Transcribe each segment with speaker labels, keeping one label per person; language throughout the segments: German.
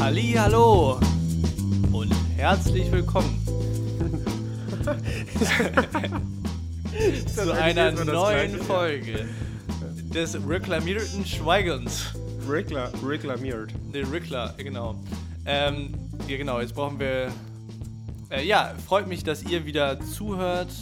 Speaker 1: Ali, hallo und herzlich willkommen zu einer neuen Folge des reklamierten Schweigens.
Speaker 2: Rickler, reklamiert.
Speaker 1: Ne, Rickler, genau. Ähm, ja, genau, jetzt brauchen wir. Äh, ja, freut mich, dass ihr wieder zuhört.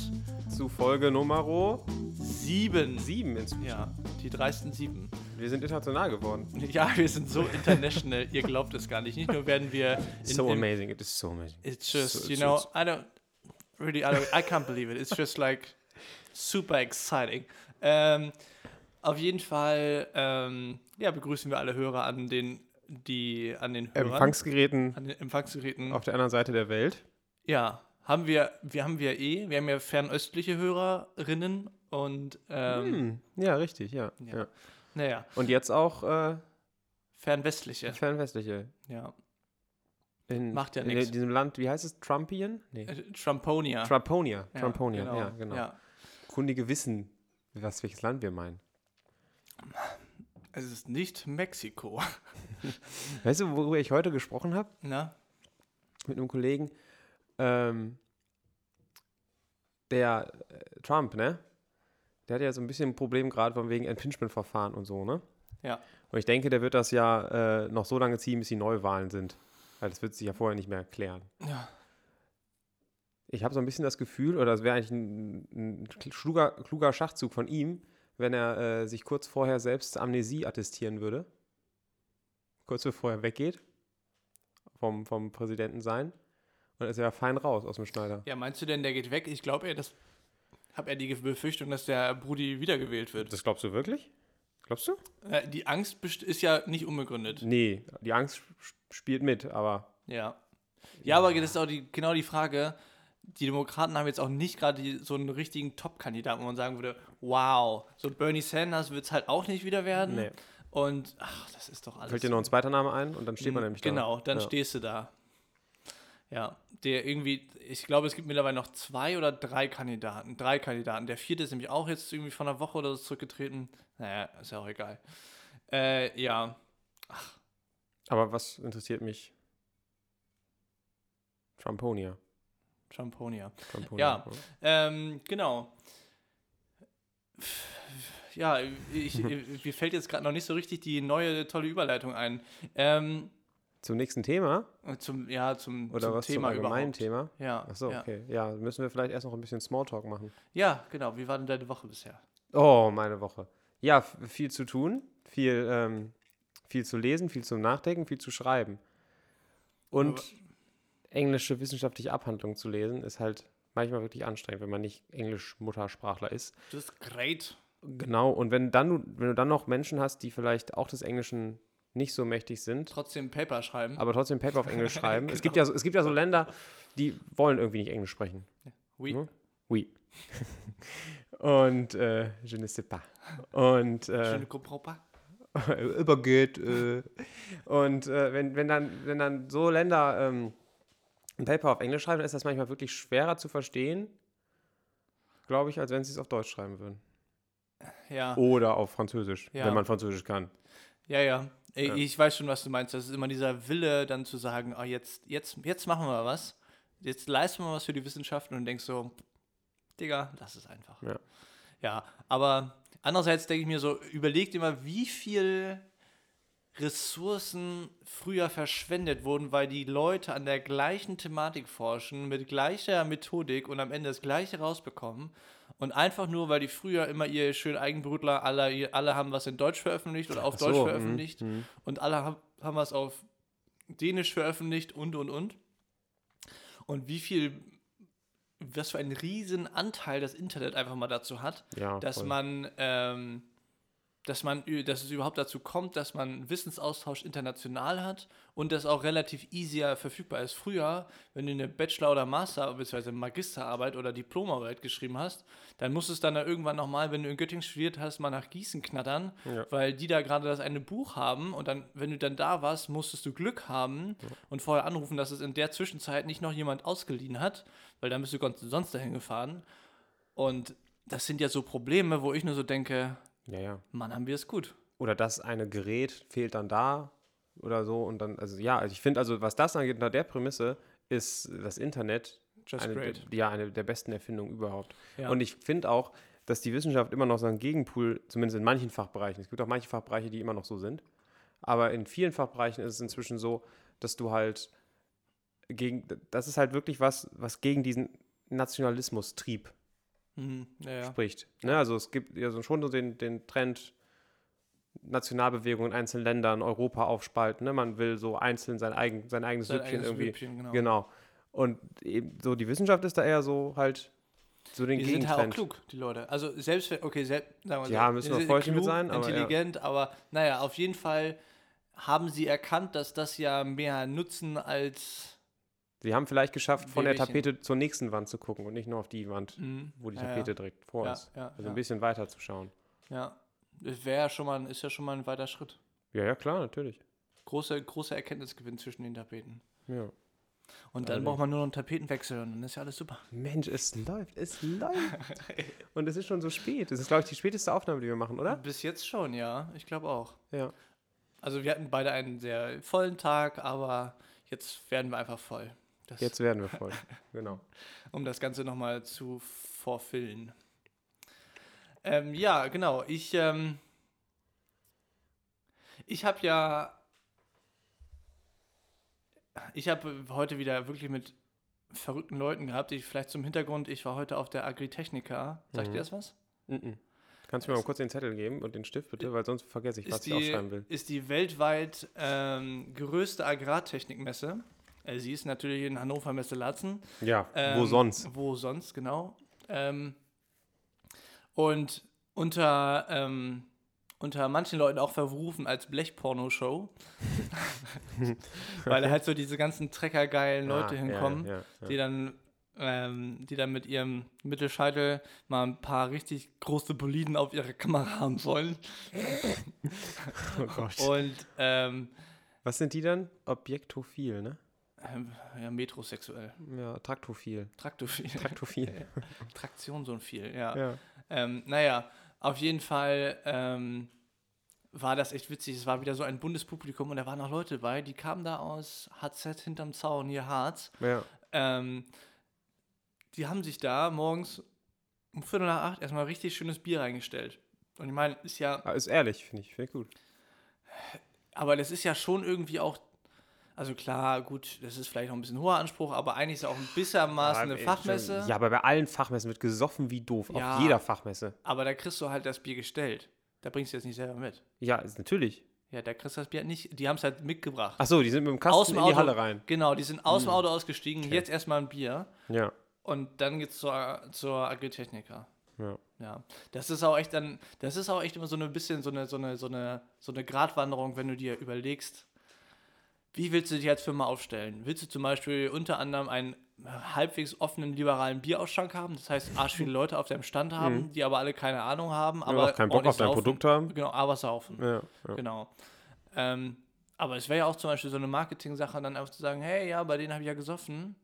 Speaker 2: Zu Folge Nummer
Speaker 1: Sieben.
Speaker 2: 7 inzwischen.
Speaker 1: Ja, die dreisten Sieben.
Speaker 2: Wir sind international geworden.
Speaker 1: Ja, wir sind so international, ihr glaubt es gar nicht. Nicht nur werden wir in,
Speaker 2: so
Speaker 1: im,
Speaker 2: amazing, it is so amazing.
Speaker 1: It's just,
Speaker 2: So-
Speaker 1: you
Speaker 2: so-
Speaker 1: know,
Speaker 2: so-
Speaker 1: I don't really, I, don't, I can't believe it. It's just like super exciting. Ähm, auf jeden Fall, ähm, ja, begrüßen wir alle Hörer an den, die, an den Hörern,
Speaker 2: Empfangsgeräten
Speaker 1: an den Empfangsgeräten.
Speaker 2: auf der anderen Seite der Welt.
Speaker 1: Ja, haben wir, wir haben wir eh, wir haben ja fernöstliche Hörerinnen und, ähm,
Speaker 2: Hm, ja, richtig, ja.
Speaker 1: ja.
Speaker 2: ja.
Speaker 1: naja,
Speaker 2: Und jetzt auch äh,
Speaker 1: fernwestliche,
Speaker 2: fernwestliche.
Speaker 1: ja.
Speaker 2: In,
Speaker 1: Macht ja
Speaker 2: in
Speaker 1: nix.
Speaker 2: diesem Land, wie heißt es? Trumpien? Nee.
Speaker 1: Äh, Tramponia.
Speaker 2: Tramponia.
Speaker 1: Ja,
Speaker 2: Tramponia, ja, genau.
Speaker 1: Ja.
Speaker 2: Kundige wissen, was welches Land wir meinen.
Speaker 1: Es ist nicht Mexiko,
Speaker 2: Weißt du, worüber ich heute gesprochen habe?
Speaker 1: ne?
Speaker 2: mit einem Kollegen, ähm, der äh, Trump, ne? Der hat ja so ein bisschen ein Problem gerade von wegen Impingement-Verfahren und so, ne?
Speaker 1: Ja.
Speaker 2: Und ich denke, der wird das ja äh, noch so lange ziehen, bis die Neuwahlen sind. Weil das wird sich ja vorher nicht mehr erklären.
Speaker 1: Ja.
Speaker 2: Ich habe so ein bisschen das Gefühl, oder es wäre eigentlich ein, ein kluger, kluger Schachzug von ihm, wenn er äh, sich kurz vorher selbst Amnesie attestieren würde. Kurz bevor er weggeht vom, vom Präsidenten sein. Und ist er fein raus aus dem Schneider.
Speaker 1: Ja, meinst du denn, der geht weg? Ich glaube eher, das habe er die Befürchtung, dass der Brudi wiedergewählt wird.
Speaker 2: Das glaubst du wirklich? Glaubst du?
Speaker 1: Äh, die Angst best- ist ja nicht unbegründet.
Speaker 2: Nee, die Angst sp- spielt mit, aber
Speaker 1: Ja. Ja, aber das ist auch die, genau die Frage. Die Demokraten haben jetzt auch nicht gerade die- so einen richtigen Top-Kandidaten, wo man sagen würde, wow, so Bernie Sanders wird es halt auch nicht wieder werden.
Speaker 2: Nee.
Speaker 1: Und ach, das ist doch alles.
Speaker 2: fällt dir noch ein zweiter Name ein und dann steht man nämlich da.
Speaker 1: Genau, dann
Speaker 2: ja.
Speaker 1: stehst du da. Ja, der irgendwie, ich glaube, es gibt mittlerweile noch zwei oder drei Kandidaten. Drei Kandidaten. Der vierte ist nämlich auch jetzt irgendwie vor einer Woche oder so zurückgetreten. Naja, ist ja auch egal. Äh, ja,
Speaker 2: Aber was interessiert mich? Trumponia.
Speaker 1: Tramponia.
Speaker 2: Trumponia.
Speaker 1: Ähm, genau. Ja, ich, ich, mir fällt jetzt gerade noch nicht so richtig die neue tolle Überleitung ein. Ähm,
Speaker 2: Zum nächsten Thema?
Speaker 1: zum, ja, zum,
Speaker 2: Oder
Speaker 1: zum
Speaker 2: was
Speaker 1: Thema
Speaker 2: zum allgemeinen
Speaker 1: überhaupt.
Speaker 2: Thema?
Speaker 1: Ja,
Speaker 2: Achso,
Speaker 1: ja.
Speaker 2: okay. Ja, müssen wir vielleicht erst noch ein bisschen Smalltalk machen.
Speaker 1: ja, genau. Wie war denn deine Woche bisher?
Speaker 2: Oh, meine Woche. Ja, f- viel zu tun, viel, ähm, viel zu lesen, viel zum Nachdenken, viel zu schreiben. Und
Speaker 1: Aber-
Speaker 2: englische wissenschaftliche Abhandlungen zu lesen, ist halt manchmal wirklich anstrengend, wenn man nicht Englisch-Muttersprachler ist.
Speaker 1: Das ist great.
Speaker 2: Genau, und wenn, dann, du- wenn du dann noch Menschen hast, die vielleicht auch des Englischen nicht so mächtig sind,
Speaker 1: Trotzdem Paper schreiben.
Speaker 2: aber trotzdem Paper auf Englisch schreiben. es, gibt ja
Speaker 1: Genau.
Speaker 2: so, es gibt ja so Länder, die wollen irgendwie nicht Englisch sprechen.
Speaker 1: Oui.
Speaker 2: ne? Oui. Und äh, je ne sais pas. Und
Speaker 1: Je
Speaker 2: äh,
Speaker 1: ne comprends pas.
Speaker 2: übergeht. Äh. Und äh, wenn, wenn, dann, wenn dann so Länder ähm, ein Paper auf Englisch schreiben, dann ist das manchmal wirklich schwerer zu verstehen, glaube ich, als wenn sie es auf Deutsch schreiben würden.
Speaker 1: Ja,
Speaker 2: Oder auf Französisch,
Speaker 1: Ah. Ja.
Speaker 2: wenn man Französisch kann.
Speaker 1: ja, ja. Ey,
Speaker 2: Ja.
Speaker 1: Ich weiß schon, was du meinst. Das ist immer dieser Wille, dann zu sagen, oh, jetzt, jetzt, jetzt machen wir was. Jetzt leisten wir was für die Wissenschaften und denkst so, Digga, lass es einfach.
Speaker 2: Ja.
Speaker 1: Ja, aber andererseits denke ich mir so, überlegt immer, wie viel Ressourcen früher verschwendet wurden, weil die Leute an der gleichen Thematik forschen, mit gleicher Methodik und am Ende das Gleiche rausbekommen. Und einfach nur, weil die früher immer ihr schön Eigenbrötler, alle, alle haben was in Deutsch veröffentlicht oder auf
Speaker 2: Ach so,
Speaker 1: Deutsch
Speaker 2: mhm,
Speaker 1: veröffentlicht
Speaker 2: mhm.
Speaker 1: und alle haben, haben was auf Dänisch veröffentlicht und und und. Und wie viel, was für einen riesen Anteil das Internet einfach mal dazu hat,
Speaker 2: Ja,
Speaker 1: dass
Speaker 2: voll.
Speaker 1: man, ähm, dass man, ü- dass es überhaupt dazu kommt, dass man Wissensaustausch international hat und das auch relativ easier verfügbar ist. Früher, wenn du eine Bachelor- oder Master- bzw. Magisterarbeit oder Diplomarbeit geschrieben hast, dann musstest du dann da irgendwann nochmal, wenn du in Göttingen studiert hast, mal nach Gießen knattern,
Speaker 2: Ja.
Speaker 1: weil die da gerade das eine Buch haben und dann, wenn du dann da warst, musstest du Glück haben und vorher anrufen, dass es in der Zwischenzeit nicht noch jemand ausgeliehen hat, weil dann bist du gon- sonst dahin gefahren. Und das sind ja so Probleme, wo ich nur so denke,
Speaker 2: ja, ja.
Speaker 1: Mann, haben wir es gut.
Speaker 2: Oder das eine Gerät fehlt dann da, oder so. Und dann, also ja, also ich finde, also was das angeht, unter der Prämisse ist das Internet
Speaker 1: Just
Speaker 2: eine,
Speaker 1: great.
Speaker 2: der- Ja, eine der besten Erfindungen überhaupt.
Speaker 1: Ja.
Speaker 2: Und ich finde auch, dass die Wissenschaft immer noch so einen Gegenpool, zumindest in manchen Fachbereichen, es gibt auch manche Fachbereiche, die immer noch so sind, aber in vielen Fachbereichen ist es inzwischen so, dass du halt gegen, das ist halt wirklich was, was gegen diesen Nationalismus-Trieb
Speaker 1: Mhm. Ja, ja.
Speaker 2: spricht. Ne? Also es gibt ja so schon so den, den Trend, Nationalbewegungen in einzelnen Ländern, Europa aufspalten. Ne? Man will so einzeln sein, eigen, sein eigenes
Speaker 1: Sein
Speaker 2: Süppchen
Speaker 1: eigenes
Speaker 2: irgendwie.
Speaker 1: Süppchen, genau.
Speaker 2: Genau. Und eben so die Wissenschaft ist da eher so halt so den
Speaker 1: Die sind
Speaker 2: Gegentrend.
Speaker 1: halt auch klug, die Leute. Also selbst wenn, okay, selbst, sagen wir
Speaker 2: Ja,
Speaker 1: so,
Speaker 2: müssen
Speaker 1: die
Speaker 2: wir
Speaker 1: sind
Speaker 2: vorsichtig mit sein, aber ja.
Speaker 1: intelligent, aber naja, auf jeden Fall haben sie erkannt, dass das ja mehr Nutzen als
Speaker 2: Sie haben vielleicht geschafft, von der
Speaker 1: Wehwehchen.
Speaker 2: Tapete zur nächsten Wand zu gucken und nicht nur auf die Wand,
Speaker 1: Mhm.
Speaker 2: wo die
Speaker 1: Ja, ja.
Speaker 2: Tapete direkt vor
Speaker 1: Ja,
Speaker 2: ist.
Speaker 1: ja,
Speaker 2: also
Speaker 1: ja.
Speaker 2: ein bisschen weiter zu schauen.
Speaker 1: Ja, das wäre ja schon mal, ein- ist ja schon mal ein weiter Schritt.
Speaker 2: Ja, ja, klar, natürlich.
Speaker 1: Großer, großer Erkenntnisgewinn zwischen den Tapeten.
Speaker 2: Ja.
Speaker 1: Und dann
Speaker 2: Allerdings.
Speaker 1: braucht man nur noch einen Tapetenwechsel und dann ist ja alles super.
Speaker 2: Mensch, es läuft, es läuft. und es ist schon so spät. Es ist, glaube ich, die späteste Aufnahme, die wir machen, oder?
Speaker 1: Bis jetzt schon, ja. Ich glaube auch.
Speaker 2: Ja.
Speaker 1: Also wir hatten beide einen sehr vollen Tag, aber jetzt werden wir einfach voll. Das,
Speaker 2: Jetzt werden wir voll. genau.
Speaker 1: Um das Ganze nochmal zu verfüllen. Ähm, ja, genau. Ich, ähm, ich habe ja. Ich habe heute wieder wirklich mit verrückten Leuten gehabt. Ich, vielleicht zum Hintergrund, ich war heute auf der Agritechnica. Sagt
Speaker 2: Mhm.
Speaker 1: ihr das was?
Speaker 2: Mhm. Kannst du mir mal kurz den Zettel geben und den Stift bitte, weil sonst vergesse ich, was
Speaker 1: ist
Speaker 2: ich
Speaker 1: die,
Speaker 2: aufschreiben will.
Speaker 1: ist die weltweit ähm, größte Agrartechnikmesse. Äh, Sie ist natürlich in Hannover Messe Latzen.
Speaker 2: Ja,
Speaker 1: Ähm,
Speaker 2: wo sonst?
Speaker 1: Wo sonst, genau. Ähm, und unter, ähm, unter manchen Leuten auch verrufen als Blechporno-Show. Weil da halt so diese ganzen treckergeilen Leute
Speaker 2: Ah, ja,
Speaker 1: hinkommen,
Speaker 2: Ja, ja,
Speaker 1: die dann. Ähm, die dann mit ihrem Mittelscheitel mal ein paar richtig große Boliden auf ihre Kamera haben wollen.
Speaker 2: Oh Gott.
Speaker 1: Und ähm,
Speaker 2: Was sind die dann? Objektophil, ne?
Speaker 1: ähm, ja, metrosexuell.
Speaker 2: Ja, Traktophil.
Speaker 1: Traktophil.
Speaker 2: Traktophil.
Speaker 1: Traktion so ein viel, ja.
Speaker 2: ja.
Speaker 1: Ähm, naja, auf jeden Fall ähm, war das echt witzig. Es war wieder so ein Bundespublikum und da waren auch Leute bei, die kamen da aus HZ hinterm Zaun, hier Harz.
Speaker 2: ja.
Speaker 1: Ähm, die haben sich da morgens um Viertel nach acht erstmal richtig schönes Bier reingestellt. Und ich meine, ist ja,
Speaker 2: Ah, Ist ehrlich, finde ich. Finde ich gut.
Speaker 1: aber das ist ja schon irgendwie auch, also klar, gut, das ist vielleicht auch ein bisschen hoher Anspruch, aber eigentlich ist es auch ein bisschen Maß eine Fachmesse.
Speaker 2: Ja, aber bei allen Fachmessen wird gesoffen wie doof.
Speaker 1: Ja.
Speaker 2: Auf jeder Fachmesse.
Speaker 1: Aber da kriegst du halt das Bier gestellt. Da bringst du jetzt nicht selber mit.
Speaker 2: Ja, ist natürlich.
Speaker 1: Ja, da kriegst du das Bier nicht. Die haben es halt mitgebracht.
Speaker 2: Ach so, die sind mit dem Kasten in die Halle rein. Hm.
Speaker 1: Genau, die sind aus dem Auto ausgestiegen. Jetzt erstmal ein Bier.
Speaker 2: Ja.
Speaker 1: Und dann geht's zur, zur Agritechnica.
Speaker 2: ja.
Speaker 1: Ja. Das ist auch echt dann, das ist auch echt immer so ein bisschen so eine, so eine, so eine, so eine Gratwanderung, wenn du dir überlegst, wie willst du dich als Firma aufstellen? Willst du zum Beispiel unter anderem einen äh, halbwegs offenen, liberalen Bierausschank haben? Das heißt, arsch viele Leute auf deinem Stand haben, die aber alle keine Ahnung haben, aber
Speaker 2: Mhm. auch keinen Bock
Speaker 1: ordentlich
Speaker 2: auf dein
Speaker 1: saufen.
Speaker 2: Produkt haben.
Speaker 1: Genau, aber saufen.
Speaker 2: Ja, ja.
Speaker 1: Genau. Ähm, aber es wäre ja auch zum Beispiel so eine Marketing-Sache, dann einfach zu sagen, hey, ja, bei denen habe ich ja gesoffen,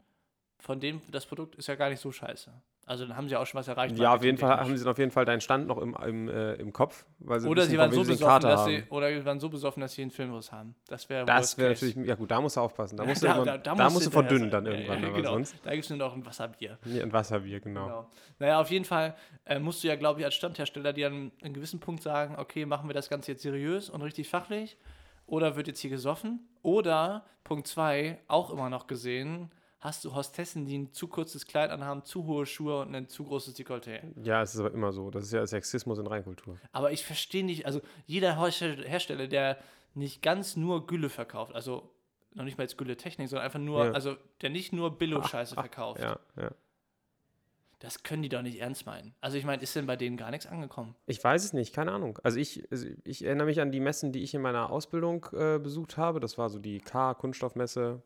Speaker 1: von dem das Produkt ist ja gar nicht so scheiße. Also dann haben sie auch schon was erreicht.
Speaker 2: ja auf jeden Fall
Speaker 1: marketingtechnisch.
Speaker 2: haben sie dann auf jeden Fall deinen Stand noch im, im, äh, im Kopf. Weil sie
Speaker 1: Oder
Speaker 2: wissen,
Speaker 1: sie
Speaker 2: von
Speaker 1: waren
Speaker 2: wem
Speaker 1: so
Speaker 2: den
Speaker 1: besoffen,
Speaker 2: Kater
Speaker 1: dass
Speaker 2: haben.
Speaker 1: sie, oder sie waren so besoffen, dass sie einen Filmriss haben. Das wäre
Speaker 2: Das
Speaker 1: worst
Speaker 2: wäre
Speaker 1: case.
Speaker 2: natürlich, ja gut, da musst du aufpassen. Da musst du,
Speaker 1: Da-
Speaker 2: irgendwann-
Speaker 1: da- da
Speaker 2: da
Speaker 1: musst
Speaker 2: musst
Speaker 1: du
Speaker 2: du verdünnen
Speaker 1: hinterher
Speaker 2: dann
Speaker 1: sein. Ja,
Speaker 2: irgendwann,
Speaker 1: ja,
Speaker 2: aber
Speaker 1: genau.
Speaker 2: sonst.
Speaker 1: Da gibt es nur noch ein Wasserbier.
Speaker 2: Nee, ein Wasserbier, genau.
Speaker 1: Genau. Naja, auf jeden Fall äh, musst du ja, glaube ich, als Standhersteller dir an einem gewissen Punkt sagen, okay, machen wir das Ganze jetzt seriös und richtig fachlich oder wird jetzt hier gesoffen? Oder, Punkt 2, auch immer noch gesehen, hast du Hostessen, die ein zu kurzes Kleid anhaben, zu hohe Schuhe und ein zu großes Dekolleté.
Speaker 2: Ja, es ist aber immer so. Das ist ja Sexismus in Reinkultur.
Speaker 1: Aber ich verstehe nicht, also jeder Herste- Hersteller, der nicht ganz nur Gülle verkauft, also noch nicht mal jetzt Gülle-Technik, sondern einfach nur,
Speaker 2: Ja.
Speaker 1: also der nicht nur Billo-Scheiße verkauft,
Speaker 2: Ja, ja.
Speaker 1: das können die doch nicht ernst meinen. Also ich meine, ist denn bei denen gar nichts angekommen?
Speaker 2: Ich weiß es nicht, keine Ahnung. Also ich, also ich erinnere mich an die Messen, die ich in meiner Ausbildung äh, besucht habe. Das war so die K-Kunststoffmesse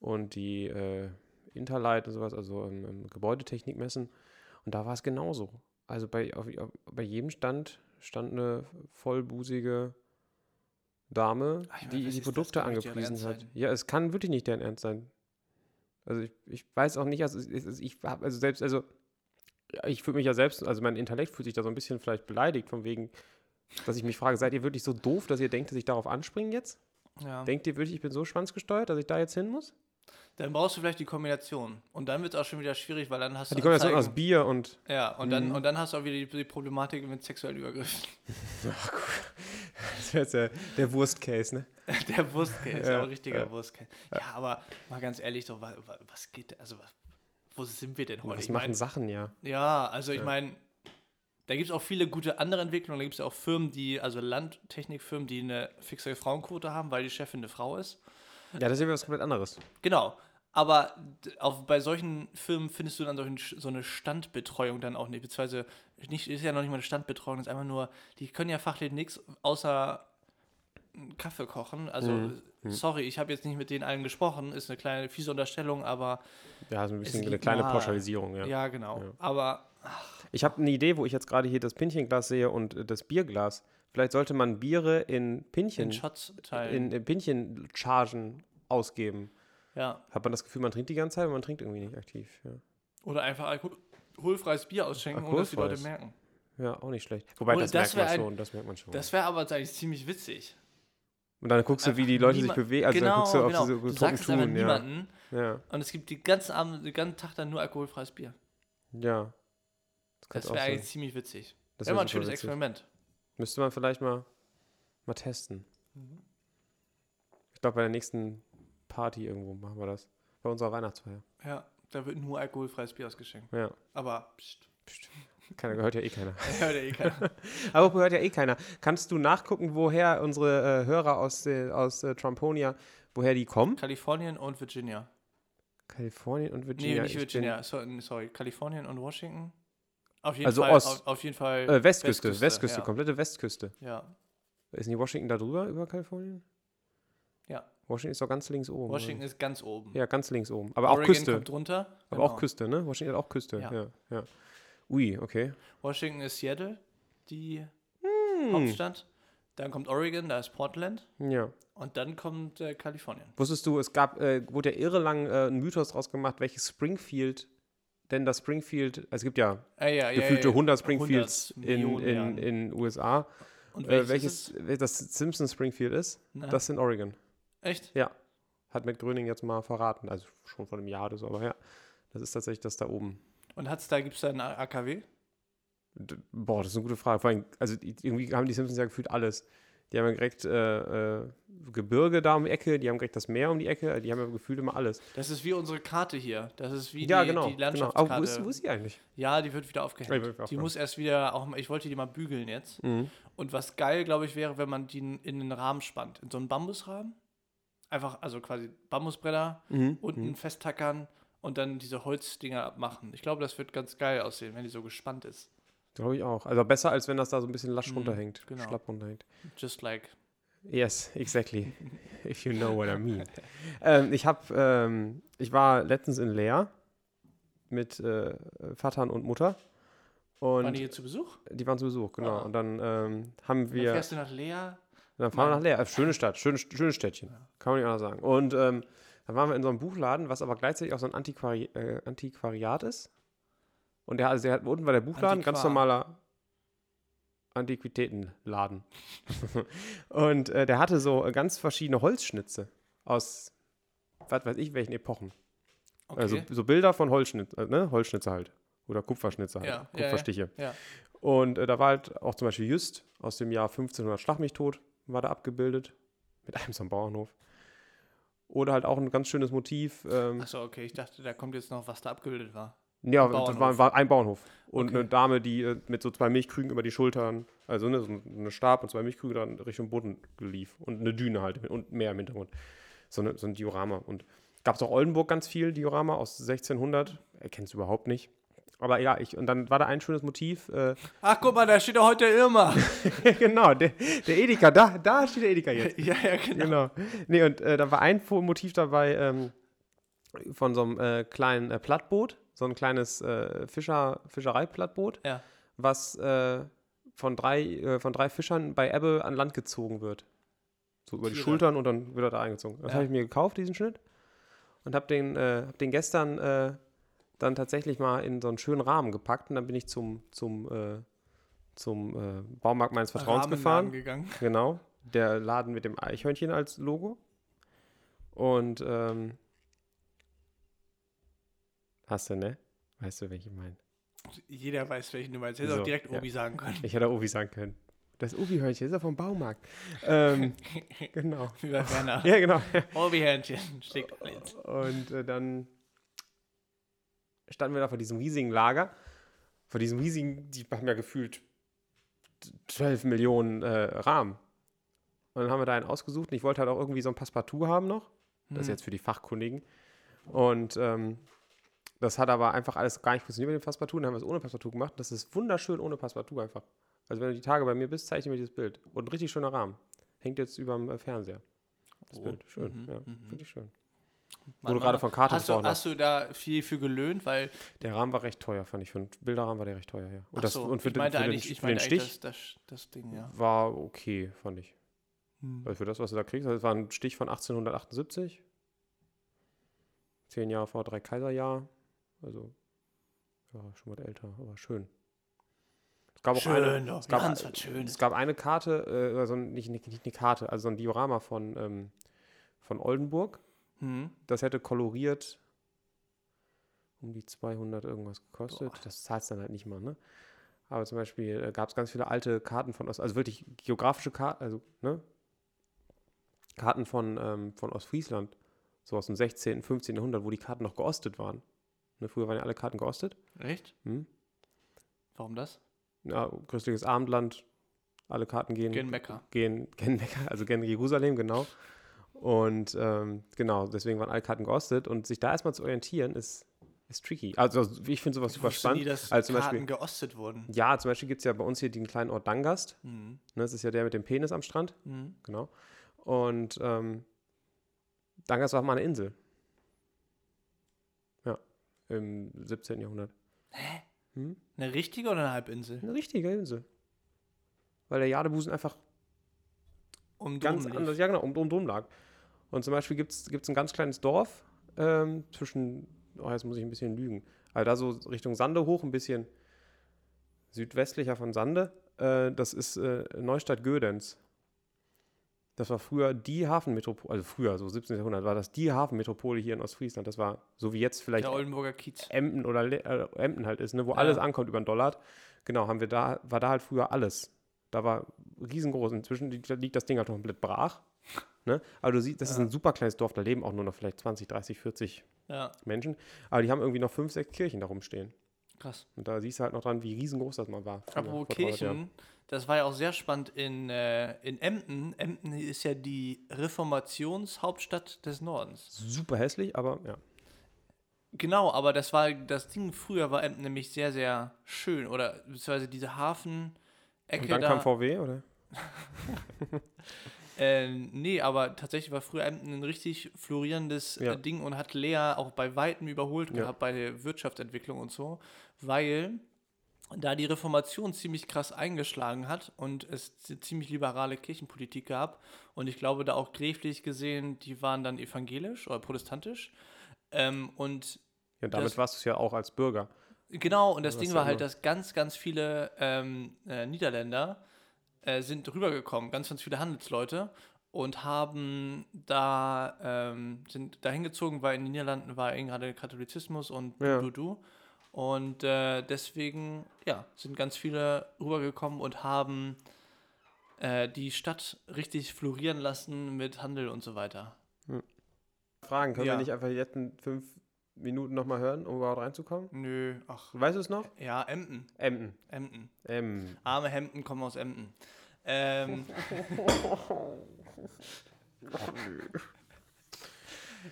Speaker 2: und die äh, Interlight und sowas, also ähm, ähm, Gebäudetechnikmessen. Und da war es genauso. Also bei, auf, auf, bei jedem Stand stand eine vollbusige Dame,
Speaker 1: Ach, ich meine,
Speaker 2: die
Speaker 1: was
Speaker 2: die
Speaker 1: ist das?
Speaker 2: Produkte
Speaker 1: Kann doch nicht deren
Speaker 2: angepriesen
Speaker 1: Ernst
Speaker 2: hat.
Speaker 1: sein.
Speaker 2: Ja, es kann wirklich nicht deren Ernst sein. Also ich, ich weiß auch nicht, also es- es- es- ich habe also selbst, also ja, ich fühle mich ja selbst, also mein Intellekt fühlt sich da so ein bisschen vielleicht beleidigt, von wegen, dass ich mich frage, seid ihr wirklich so doof, dass ihr denkt, dass ich darauf anspringe jetzt?
Speaker 1: Ja.
Speaker 2: Denkt ihr wirklich, ich bin so schwanzgesteuert, dass ich da jetzt hin muss?
Speaker 1: Dann brauchst du vielleicht die Kombination. Und dann wird es auch schon wieder schwierig, weil dann hast du.
Speaker 2: Die Kombination aus
Speaker 1: Anzeigen-
Speaker 2: Bier und.
Speaker 1: Ja, und dann,
Speaker 2: Mhm.
Speaker 1: und dann hast du auch wieder die, die Problematik mit sexuellen Übergriffen.
Speaker 2: Das wäre jetzt der, der Wurstcase, ne?
Speaker 1: Der Wurstcase,
Speaker 2: Ja,
Speaker 1: aber richtiger
Speaker 2: ja.
Speaker 1: Wurstcase. Ja, aber mal ganz ehrlich, so, wa- wa- was geht, also was, wo sind wir denn heute?
Speaker 2: Das
Speaker 1: Ich
Speaker 2: machen
Speaker 1: mein,
Speaker 2: Sachen, ja.
Speaker 1: ja, also ich meine, da gibt es auch viele gute andere Entwicklungen. Da gibt es ja auch Firmen, die, also Landtechnikfirmen, die eine fixe Frauenquote haben, weil die Chefin eine Frau ist.
Speaker 2: Ja, das ist ja was komplett anderes.
Speaker 1: Genau. Aber d- auf, bei solchen Firmen findest du dann solchen, Sch- so eine Standbetreuung dann auch nicht. Beziehungsweise nicht, ist ja noch nicht mal eine Standbetreuung, ist einfach nur, die können ja fachlich nichts außer einen Kaffee kochen. Also,
Speaker 2: Mhm.
Speaker 1: sorry, ich habe jetzt nicht mit denen allen gesprochen, ist eine kleine fiese Unterstellung, aber
Speaker 2: Ja, so ein bisschen eine
Speaker 1: liegt
Speaker 2: kleine
Speaker 1: nahe.
Speaker 2: Pauschalisierung,
Speaker 1: ja,
Speaker 2: ja.
Speaker 1: genau.
Speaker 2: Ja.
Speaker 1: Aber
Speaker 2: Ich habe eine Idee, wo ich jetzt gerade hier das Pinchenglas sehe und äh, das Bierglas. Vielleicht sollte man Biere in Pinchen,
Speaker 1: in Shots teilen.
Speaker 2: in, in Pinchen-Chargen ausgeben.
Speaker 1: ja.
Speaker 2: Hat man das Gefühl, man trinkt die ganze Zeit, aber man trinkt irgendwie nicht aktiv. Ja,
Speaker 1: Oder einfach alkoholfreies Bier ausschenken, ohne dass die Leute
Speaker 2: Alkoholfreies.
Speaker 1: merken.
Speaker 2: ja auch nicht schlecht. Wobei,
Speaker 1: Oder Oh, das
Speaker 2: das, merkt man
Speaker 1: wär ein-
Speaker 2: schon, das merkt man schon.
Speaker 1: Das wäre aber eigentlich ziemlich witzig.
Speaker 2: und dann guckst du, wie die Leute sich
Speaker 1: Niemand-
Speaker 2: bewegen. Also dann
Speaker 1: genau,
Speaker 2: guckst du, ob
Speaker 1: genau.
Speaker 2: sie so
Speaker 1: du
Speaker 2: betrunken
Speaker 1: sagst es einfach
Speaker 2: tun. Ja.
Speaker 1: niemanden.
Speaker 2: Ja.
Speaker 1: Und es gibt den ganzen Abend, den ganzen Tag dann nur alkoholfreies Bier.
Speaker 2: ja.
Speaker 1: Das
Speaker 2: kann's
Speaker 1: wäre
Speaker 2: auch
Speaker 1: eigentlich
Speaker 2: sein.
Speaker 1: ziemlich witzig.
Speaker 2: Das
Speaker 1: Das
Speaker 2: wär
Speaker 1: wäre mal ein
Speaker 2: super
Speaker 1: schönes
Speaker 2: witzig.
Speaker 1: Experiment.
Speaker 2: Müsste man vielleicht mal, mal testen.
Speaker 1: Mhm.
Speaker 2: Ich glaube, bei der nächsten Party irgendwo machen wir das. Bei unserer Weihnachtsfeier.
Speaker 1: Ja, da wird nur alkoholfreies Bier ausgeschenkt.
Speaker 2: Ja.
Speaker 1: Aber pst,
Speaker 2: Keiner gehört ja eh keiner.
Speaker 1: hört ja eh keiner.
Speaker 2: Aber gehört ja eh keiner. Kannst du nachgucken, woher unsere äh, Hörer aus, äh, aus äh, Tromponia, woher die kommen?
Speaker 1: Kalifornien und Virginia.
Speaker 2: Kalifornien und
Speaker 1: Nee,
Speaker 2: Virginia.
Speaker 1: nicht
Speaker 2: Ich
Speaker 1: Virginia. So, sorry, Kalifornien und Washington. Auf jeden
Speaker 2: Also
Speaker 1: Fall.
Speaker 2: Ost- Äh,
Speaker 1: Auf, auf jeden Fall.
Speaker 2: Bin, äh, Westküste, Westküste,
Speaker 1: ja.
Speaker 2: komplette Westküste.
Speaker 1: Ja.
Speaker 2: Ist nicht Washington da drüber, über Kalifornien?
Speaker 1: Ja.
Speaker 2: Washington ist doch ganz links oben. oder?
Speaker 1: Washington ist ganz oben.
Speaker 2: Ja, ganz links oben. Aber auch
Speaker 1: Oregon
Speaker 2: Küste.
Speaker 1: kommt runter.
Speaker 2: Aber auch
Speaker 1: Genau.
Speaker 2: Küste, ne? Washington hat auch Küste. Ja.
Speaker 1: Ja.
Speaker 2: ja, Ui, okay.
Speaker 1: Washington ist Seattle, die
Speaker 2: Hm.
Speaker 1: Hauptstadt. Dann kommt Oregon, da ist Portland.
Speaker 2: Ja.
Speaker 1: Und dann kommt äh, Kalifornien.
Speaker 2: Wusstest du, es gab, äh, wurde ja irre lang äh, ein Mythos draus gemacht, welches Springfield, denn das Springfield, also es gibt ja
Speaker 1: Äh, ja, ja,
Speaker 2: gefühlte
Speaker 1: ja, ja.
Speaker 2: 100 Springfields in,
Speaker 1: Millionen
Speaker 2: in,
Speaker 1: Jahren.
Speaker 2: in USA.
Speaker 1: Und
Speaker 2: Äh,
Speaker 1: welches?
Speaker 2: welches, wel- das Simpson Springfield ist,
Speaker 1: Na,
Speaker 2: das in Oregon.
Speaker 1: echt?
Speaker 2: Hat Matt Gröning jetzt mal verraten, also schon vor einem Jahr oder so, aber ja. Das ist tatsächlich das da oben.
Speaker 1: Und hat's da, gibt's da ein AKW?
Speaker 2: D- Boah, das ist eine gute Frage. Vor allem, also die- irgendwie haben die Simpsons ja gefühlt alles. Die haben ja direkt äh, äh, Gebirge da um die Ecke, die haben direkt das Meer um die Ecke, die haben ja gefühlt immer alles.
Speaker 1: Das ist wie unsere Karte hier. Das ist wie
Speaker 2: ja,
Speaker 1: die,
Speaker 2: genau.
Speaker 1: die
Speaker 2: genau.
Speaker 1: Landschaftskarte.
Speaker 2: Aber wo ist, wo ist die eigentlich?
Speaker 1: Ja, die wird wieder
Speaker 2: Ja, die
Speaker 1: aufgehängt.
Speaker 2: wird wieder
Speaker 1: Die
Speaker 2: aufgehängt.
Speaker 1: muss erst wieder, auch, mal- ich wollte die mal bügeln jetzt. Und was geil, glaube ich, wäre, wenn man die in, in den Rahmen spannt. In so einen Bambusrahmen. Einfach, also quasi Bambusbretter,
Speaker 2: Mhm.
Speaker 1: unten festtackern und dann diese Holzdinger abmachen. Ich glaube, das wird ganz geil aussehen, wenn die so gespannt ist.
Speaker 2: Glaube ich auch. Also besser, als wenn das da so ein bisschen lasch
Speaker 1: Mhm,
Speaker 2: runterhängt.
Speaker 1: genau.
Speaker 2: Schlapp runterhängt.
Speaker 1: Just like.
Speaker 2: Yes, exactly. If you know what I mean. ähm, ich habe, ähm, ich war letztens in Leer mit äh, Vatern und Mutter. Und
Speaker 1: Waren die
Speaker 2: die,
Speaker 1: hier zu Besuch?
Speaker 2: waren zu Besuch, genau.
Speaker 1: Ah.
Speaker 2: Und dann ähm, haben
Speaker 1: Dann
Speaker 2: wir.
Speaker 1: fährst du nach Lea.
Speaker 2: Und dann
Speaker 1: Mann.
Speaker 2: fahren wir nach Leer. Äh, Schöne Stadt, schön, schönes Städtchen. Kann man nicht anders sagen. Und ähm, dann waren wir in so einem Buchladen, was aber gleichzeitig auch so ein Antiquari äh, Antiquariat ist. Und der, also der hat, unten war der Buchladen, ganz
Speaker 1: Antiquar.
Speaker 2: normaler Antiquitätenladen. und äh, der hatte so ganz verschiedene Holzschnitze aus, was weiß ich, welchen Epochen.
Speaker 1: Okay.
Speaker 2: Also so Bilder von Holzschnitz, äh, ne? Holzschnitze halt. Oder Kupferschnitze halt.
Speaker 1: Ja, ja, ja.
Speaker 2: Kupferstiche.
Speaker 1: ja.
Speaker 2: Und äh, da war halt auch zum Beispiel Jüst aus dem Jahr 1500 Schlag mich tot, war da abgebildet. Mit einem so einem Bauernhof. Oder halt auch ein ganz schönes Motiv. Ähm,
Speaker 1: Achso, okay, ich dachte, da kommt jetzt noch, was da abgebildet war.
Speaker 2: ja, das
Speaker 1: Bauernhof.
Speaker 2: war, war ein Bauernhof. Und
Speaker 1: Okay.
Speaker 2: eine Dame, die äh, mit so zwei Milchkrügen über die Schultern, also ne, so eine Stab und zwei Milchkrüge dann Richtung Boden lief. Und eine Düne halt und Meer im Hintergrund. So, eine, so ein Diorama. Und gab es auch Oldenburg ganz viel, Diorama aus 1600. Erkennst du überhaupt nicht. Aber ja, ich, und dann war da ein schönes Motiv. Äh,
Speaker 1: Ach, guck mal, da steht doch heute Irma.
Speaker 2: genau, der, der Edeka, da, da steht der Edeka jetzt.
Speaker 1: ja, ja, genau.
Speaker 2: Genau. Nee, und äh, da war ein Fo- Motiv dabei ähm, von so einem äh, kleinen äh, Plattboot, so ein kleines äh, Fischer, Fischereiplattboot,
Speaker 1: Ja.
Speaker 2: was äh, von, drei, äh, von drei Fischern bei Ebbe an Land gezogen wird. So über die
Speaker 1: Tiere.
Speaker 2: Schultern und dann wird er da eingezogen. Das
Speaker 1: Ja.
Speaker 2: habe ich mir gekauft, diesen Schnitt. Und habe den, äh, hab den gestern äh, dann tatsächlich mal in so einen schönen Rahmen gepackt. Und dann bin ich zum, zum, äh, zum äh, Baumarkt meines Vertrauens
Speaker 1: Rahmenladen
Speaker 2: gefahren.
Speaker 1: gegangen.
Speaker 2: Genau. der Laden mit dem Eichhörnchen als Logo. Und ähm, hast du, ne? Weißt du, welche ich meine?
Speaker 1: Jeder weiß, welchen du meinst. Hätte
Speaker 2: So,
Speaker 1: auch direkt
Speaker 2: ja.
Speaker 1: Obi sagen können.
Speaker 2: Ich hätte Obi sagen können. Das Obi-Hörnchen ist ja vom Baumarkt. ähm, genau.
Speaker 1: Wie bei Werner.
Speaker 2: Ja, Oh, genau.
Speaker 1: Obi-Händchen schlägt alles.
Speaker 2: Und äh, dann standen wir da vor diesem riesigen Lager. Vor diesem riesigen, die haben ja gefühlt 12 Millionen äh, Rahmen. Und dann haben wir da einen ausgesucht und ich wollte halt auch irgendwie so ein Passepartout haben noch.
Speaker 1: Hm,
Speaker 2: Das ist
Speaker 1: Mhm.
Speaker 2: jetzt für die Fachkundigen. Und ähm, das hat aber einfach alles gar nicht funktioniert mit dem Passepartout. Dann haben wir es ohne Passepartout gemacht. Das ist wunderschön ohne Passepartout einfach. Also wenn du die Tage bei mir bist, zeige ich dir dieses Bild. Und ein richtig schöner Rahmen. Hängt jetzt überm äh, Fernseher. Das
Speaker 1: Oh.
Speaker 2: Bild. Schön,
Speaker 1: Mhm,
Speaker 2: ja.
Speaker 1: mhm.
Speaker 2: Finde ich schön.
Speaker 1: Mann,
Speaker 2: du gerade
Speaker 1: Mann,
Speaker 2: von Karte
Speaker 1: hast du,
Speaker 2: gesprochen
Speaker 1: hast du da viel für gelöhnt? Weil,
Speaker 2: Der Rahmen war recht teuer, fand ich. Für einen Bilderrahmen war der recht teuer, ja. Und,
Speaker 1: ach
Speaker 2: das,
Speaker 1: so,
Speaker 2: und für,
Speaker 1: ich
Speaker 2: den-
Speaker 1: meinte
Speaker 2: für den,
Speaker 1: eigentlich,
Speaker 2: für
Speaker 1: ich meinte
Speaker 2: den
Speaker 1: eigentlich
Speaker 2: Stich
Speaker 1: das, das, das Ding, ja.
Speaker 2: war okay, fand ich.
Speaker 1: Hm.
Speaker 2: Also für das, was du da kriegst, das war ein Stich von 1878. Zehn Jahre vor drei Kaiserjahr. Also, ja, schon mal älter, aber schön. Es gab auch eine,
Speaker 1: Schön, doch.
Speaker 2: es gab,
Speaker 1: Ganz was Schönes.
Speaker 2: es gab eine Karte, äh, also nicht, nicht, nicht eine Karte, also ein Diorama von, ähm, von Oldenburg.
Speaker 1: Hm.
Speaker 2: Das hätte koloriert um die 200 irgendwas gekostet.
Speaker 1: Boah.
Speaker 2: Das zahlst dann halt nicht mal, ne? Aber zum Beispiel äh, gab es ganz viele alte Karten von Ost, also wirklich geografische Karten, also, ne? Karten von, ähm, von Ostfriesland, so aus dem 16., 15. Jahrhundert, wo die Karten noch geostet waren. Ne, früher waren ja alle Karten geostet.
Speaker 1: Echt?
Speaker 2: Hm?
Speaker 1: Warum das?
Speaker 2: Ja, christliches Abendland, alle Karten gehen
Speaker 1: Gen Mekka.
Speaker 2: gen, gen Mekka, also gen Jerusalem, genau. Und ähm, genau, deswegen waren alle Karten geostet und sich da erstmal zu orientieren ist, ist tricky. Also ich finde sowas super
Speaker 1: wusste nie,
Speaker 2: spannend.
Speaker 1: dass
Speaker 2: Also zum
Speaker 1: Karten
Speaker 2: Beispiel,
Speaker 1: geostet wurden.
Speaker 2: ja, zum Beispiel gibt es ja bei uns hier den kleinen Ort Dangast.
Speaker 1: Hm.
Speaker 2: Ne, das ist ja der mit dem Penis am Strand,
Speaker 1: Hm.
Speaker 2: genau. Und ähm, Dangast war mal eine Insel. Ja, im 17. Jahrhundert.
Speaker 1: Eine richtige oder eine Halbinsel?
Speaker 2: Eine richtige Insel. Weil der Jadebusen einfach
Speaker 1: Um
Speaker 2: ganz
Speaker 1: Dom
Speaker 2: anders,
Speaker 1: lief.
Speaker 2: ja genau, um, um drum lag. Und zum Beispiel gibt es ein ganz kleines Dorf ähm, zwischen, oh, jetzt muss ich ein bisschen lügen, also da so Richtung Sande hoch, ein bisschen südwestlicher von Sande, äh, das ist äh, Neustadt-Gödenz. Das war früher die Hafenmetropole, also früher, so 17. Jahrhundert, war das die Hafenmetropole hier in Ostfriesland. Das war, so wie jetzt vielleicht
Speaker 1: Der Oldenburger Kiez.
Speaker 2: Emden oder Le äh, Emden halt ist, ne, wo
Speaker 1: Ja.
Speaker 2: alles ankommt über einen Dollar. Genau, haben wir da, war da halt früher alles. Da war riesengroß. Inzwischen liegt, liegt das Ding halt komplett brach. Ne? Aber du siehst, das ist
Speaker 1: Ja.
Speaker 2: ein super kleines Dorf, da leben auch nur noch vielleicht 20, 30, 40
Speaker 1: Ja,
Speaker 2: Menschen. Aber die haben irgendwie noch fünf, sechs Kirchen da rumstehen.
Speaker 1: krass.
Speaker 2: Und da siehst du halt noch dran, wie riesengroß das mal war. früher, vor
Speaker 1: Apropos
Speaker 2: 300 Jahren.
Speaker 1: Kirchen, das war ja auch sehr spannend in, äh, in Emden. Emden ist ja die Reformationshauptstadt des Nordens.
Speaker 2: Super hässlich, aber ja.
Speaker 1: Genau, aber das war das Ding früher war Emden nämlich sehr, sehr schön. Oder beziehungsweise diese
Speaker 2: Und
Speaker 1: Hafenecke
Speaker 2: dann kam
Speaker 1: da.
Speaker 2: VW, oder?
Speaker 1: Äh, nee, aber tatsächlich war früher Emden ein richtig florierendes
Speaker 2: Ja.
Speaker 1: äh, Ding und hat Lea auch bei Weitem überholt
Speaker 2: Ja.
Speaker 1: gehabt bei der Wirtschaftsentwicklung und so, weil da die Reformation ziemlich krass eingeschlagen hat und es zi- ziemlich liberale Kirchenpolitik gab und ich glaube da auch gräflich gesehen, die waren dann evangelisch oder protestantisch ähm, und
Speaker 2: Ja, damit
Speaker 1: Das-
Speaker 2: warst du es ja auch als Bürger.
Speaker 1: Genau, und das
Speaker 2: Oder
Speaker 1: Ding
Speaker 2: was
Speaker 1: war
Speaker 2: auch
Speaker 1: halt,
Speaker 2: immer.
Speaker 1: dass ganz, ganz viele ähm, äh, Niederländer äh, sind rübergekommen, ganz, ganz viele Handelsleute und haben da, ähm, sind da hingezogen, weil in den Niederlanden war eben gerade Katholizismus und du,
Speaker 2: Ja.
Speaker 1: du, du. Und äh, deswegen, ja, sind ganz viele rübergekommen und haben äh, die Stadt richtig florieren lassen mit Handel und so weiter.
Speaker 2: Fragen, können
Speaker 1: Ja.
Speaker 2: wir nicht einfach die letzten fünf Minuten nochmal hören, um überhaupt reinzukommen?
Speaker 1: Nö, ach,
Speaker 2: Weißt du es noch?
Speaker 1: ja, Emden,
Speaker 2: Emden.
Speaker 1: Emden.
Speaker 2: Emden.
Speaker 1: Arme Hemden kommen aus Emden. Ähm,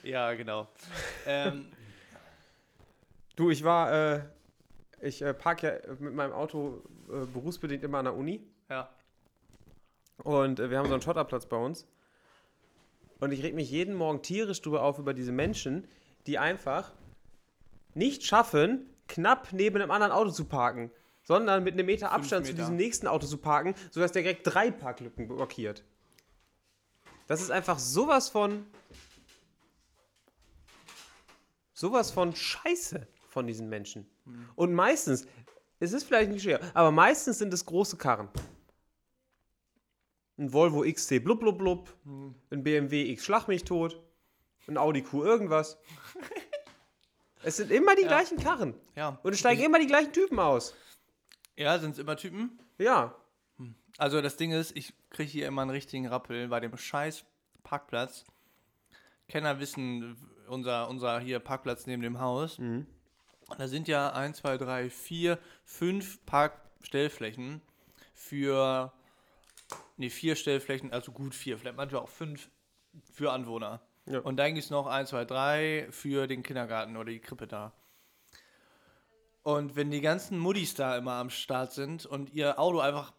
Speaker 1: ja, genau. Ähm,
Speaker 2: Du, ich war, äh, ich äh, park ja mit meinem Auto äh, berufsbedingt immer an der Uni
Speaker 1: ja.
Speaker 2: und äh, wir haben so einen Schotterplatz bei uns. Und ich reg mich jeden Morgen tierisch drüber auf über diese Menschen, die einfach nicht schaffen, knapp neben einem anderen Auto zu parken, sondern mit einem Meter Abstand zu
Speaker 1: Meter.
Speaker 2: diesem nächsten Auto zu parken, sodass der direkt drei Parklücken blockiert. Das ist einfach sowas von. sowas von Scheiße von diesen Menschen. Und meistens, es ist vielleicht nicht schwer, aber meistens sind es große Karren. ein Volvo XC blub blub blub, ein BMW X Schlag mich tot, ein Audi Q irgendwas. es sind immer die gleichen Karren.
Speaker 1: Ja.
Speaker 2: Und es steigen immer die gleichen Typen aus.
Speaker 1: Ja, sind es immer Typen?
Speaker 2: Ja.
Speaker 1: Also das Ding ist, ich kriege hier immer einen richtigen Rappel bei dem scheiß Parkplatz. Kenner wissen, unser, unser hier Parkplatz neben dem Haus. Da sind ja 1, 2, 3, 4, 5 Parkstellflächen für, nee, vier Stellflächen, also gut vier, vielleicht manchmal auch fünf für Anwohner.
Speaker 2: Ja.
Speaker 1: Und dann gibt es noch 1, 2, 3 für den Kindergarten oder die Krippe da. Und wenn die ganzen Muddis da immer am Start sind und ihr Auto einfach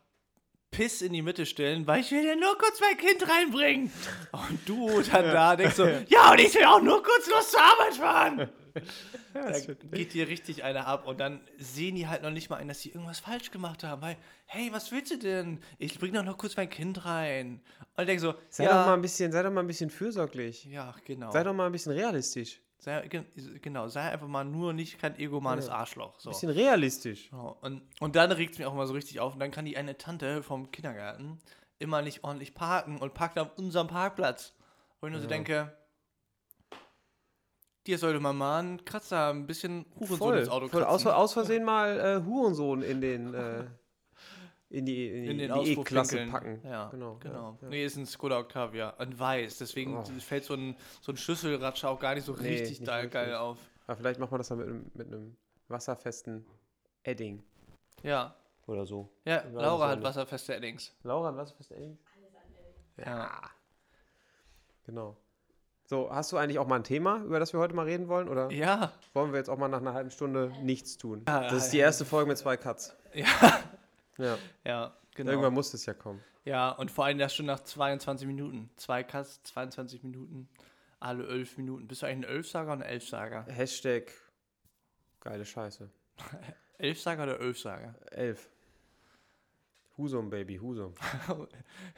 Speaker 1: Piss in die Mitte stellen, weil ich will ja nur kurz mein Kind reinbringen. Und du dann da denkst so, ja, und ich will auch nur kurz los zur Arbeit fahren. da geht dir richtig einer ab und dann sehen die halt noch nicht mal ein, dass sie irgendwas falsch gemacht haben, weil, hey, was willst du denn? Ich bring doch nur kurz mein Kind rein. Und ich denk so,
Speaker 2: Sei
Speaker 1: ja,
Speaker 2: doch mal ein bisschen, sei doch mal ein bisschen fürsorglich.
Speaker 1: ja, genau.
Speaker 2: Sei doch mal ein bisschen realistisch.
Speaker 1: Sei, ge- genau, sei einfach mal nur nicht kein egomanes Arschloch. So.
Speaker 2: Ein bisschen realistisch.
Speaker 1: Genau. Und, und dann regt es mich auch immer so richtig auf. Und dann kann die eine Tante vom Kindergarten immer nicht ordentlich parken und parkt auf unserem Parkplatz. Wo ich nur so denke, dir sollte man mal einen Kratzer, ein bisschen Hurensohn ins Auto
Speaker 2: voll
Speaker 1: kratzen.
Speaker 2: aus, aus Versehen mal äh, Hurensohn in den äh, in die
Speaker 1: in
Speaker 2: in
Speaker 1: den
Speaker 2: die, die
Speaker 1: Auspuff
Speaker 2: E-Klasse packen.
Speaker 1: Ja,
Speaker 2: genau.
Speaker 1: genau. genau.
Speaker 2: Ja, ja.
Speaker 1: Nee, ist ein Skoda Octavia. Und weiß. Deswegen
Speaker 2: Oh.
Speaker 1: fällt so ein, so ein Schlüsselratscher auch gar nicht so
Speaker 2: Nee,
Speaker 1: richtig
Speaker 2: nicht
Speaker 1: da geil
Speaker 2: wirklich.
Speaker 1: auf.
Speaker 2: Aber vielleicht macht man das dann mit, einem- mit einem wasserfesten Edding
Speaker 1: Ja.
Speaker 2: oder so.
Speaker 1: Ja,
Speaker 2: weiß
Speaker 1: Laura
Speaker 2: auch
Speaker 1: hat
Speaker 2: nicht.
Speaker 1: wasserfeste Eddings.
Speaker 2: Laura, ein wasserfestes Edding?
Speaker 1: Ja.
Speaker 2: Genau. So, hast du eigentlich auch mal ein Thema, über das wir heute mal reden wollen? Oder
Speaker 1: Ja.
Speaker 2: wollen wir jetzt auch mal nach einer halben Stunde nichts tun?
Speaker 1: Ja,
Speaker 2: Das ist die
Speaker 1: ja,
Speaker 2: erste Folge mit zwei Cuts.
Speaker 1: Ja.
Speaker 2: Ja,
Speaker 1: Ja, genau.
Speaker 2: irgendwann muss es ja kommen.
Speaker 1: Ja, und vor allem das schon nach 22 Minuten. Zwei Kass, 22 Minuten, alle 11 Minuten. Bist du eigentlich ein Elfsager oder ein Elfsager?
Speaker 2: Hashtag geile Scheiße.
Speaker 1: Elfsager oder Elfsager?
Speaker 2: Elf. Husum, Baby, Husum.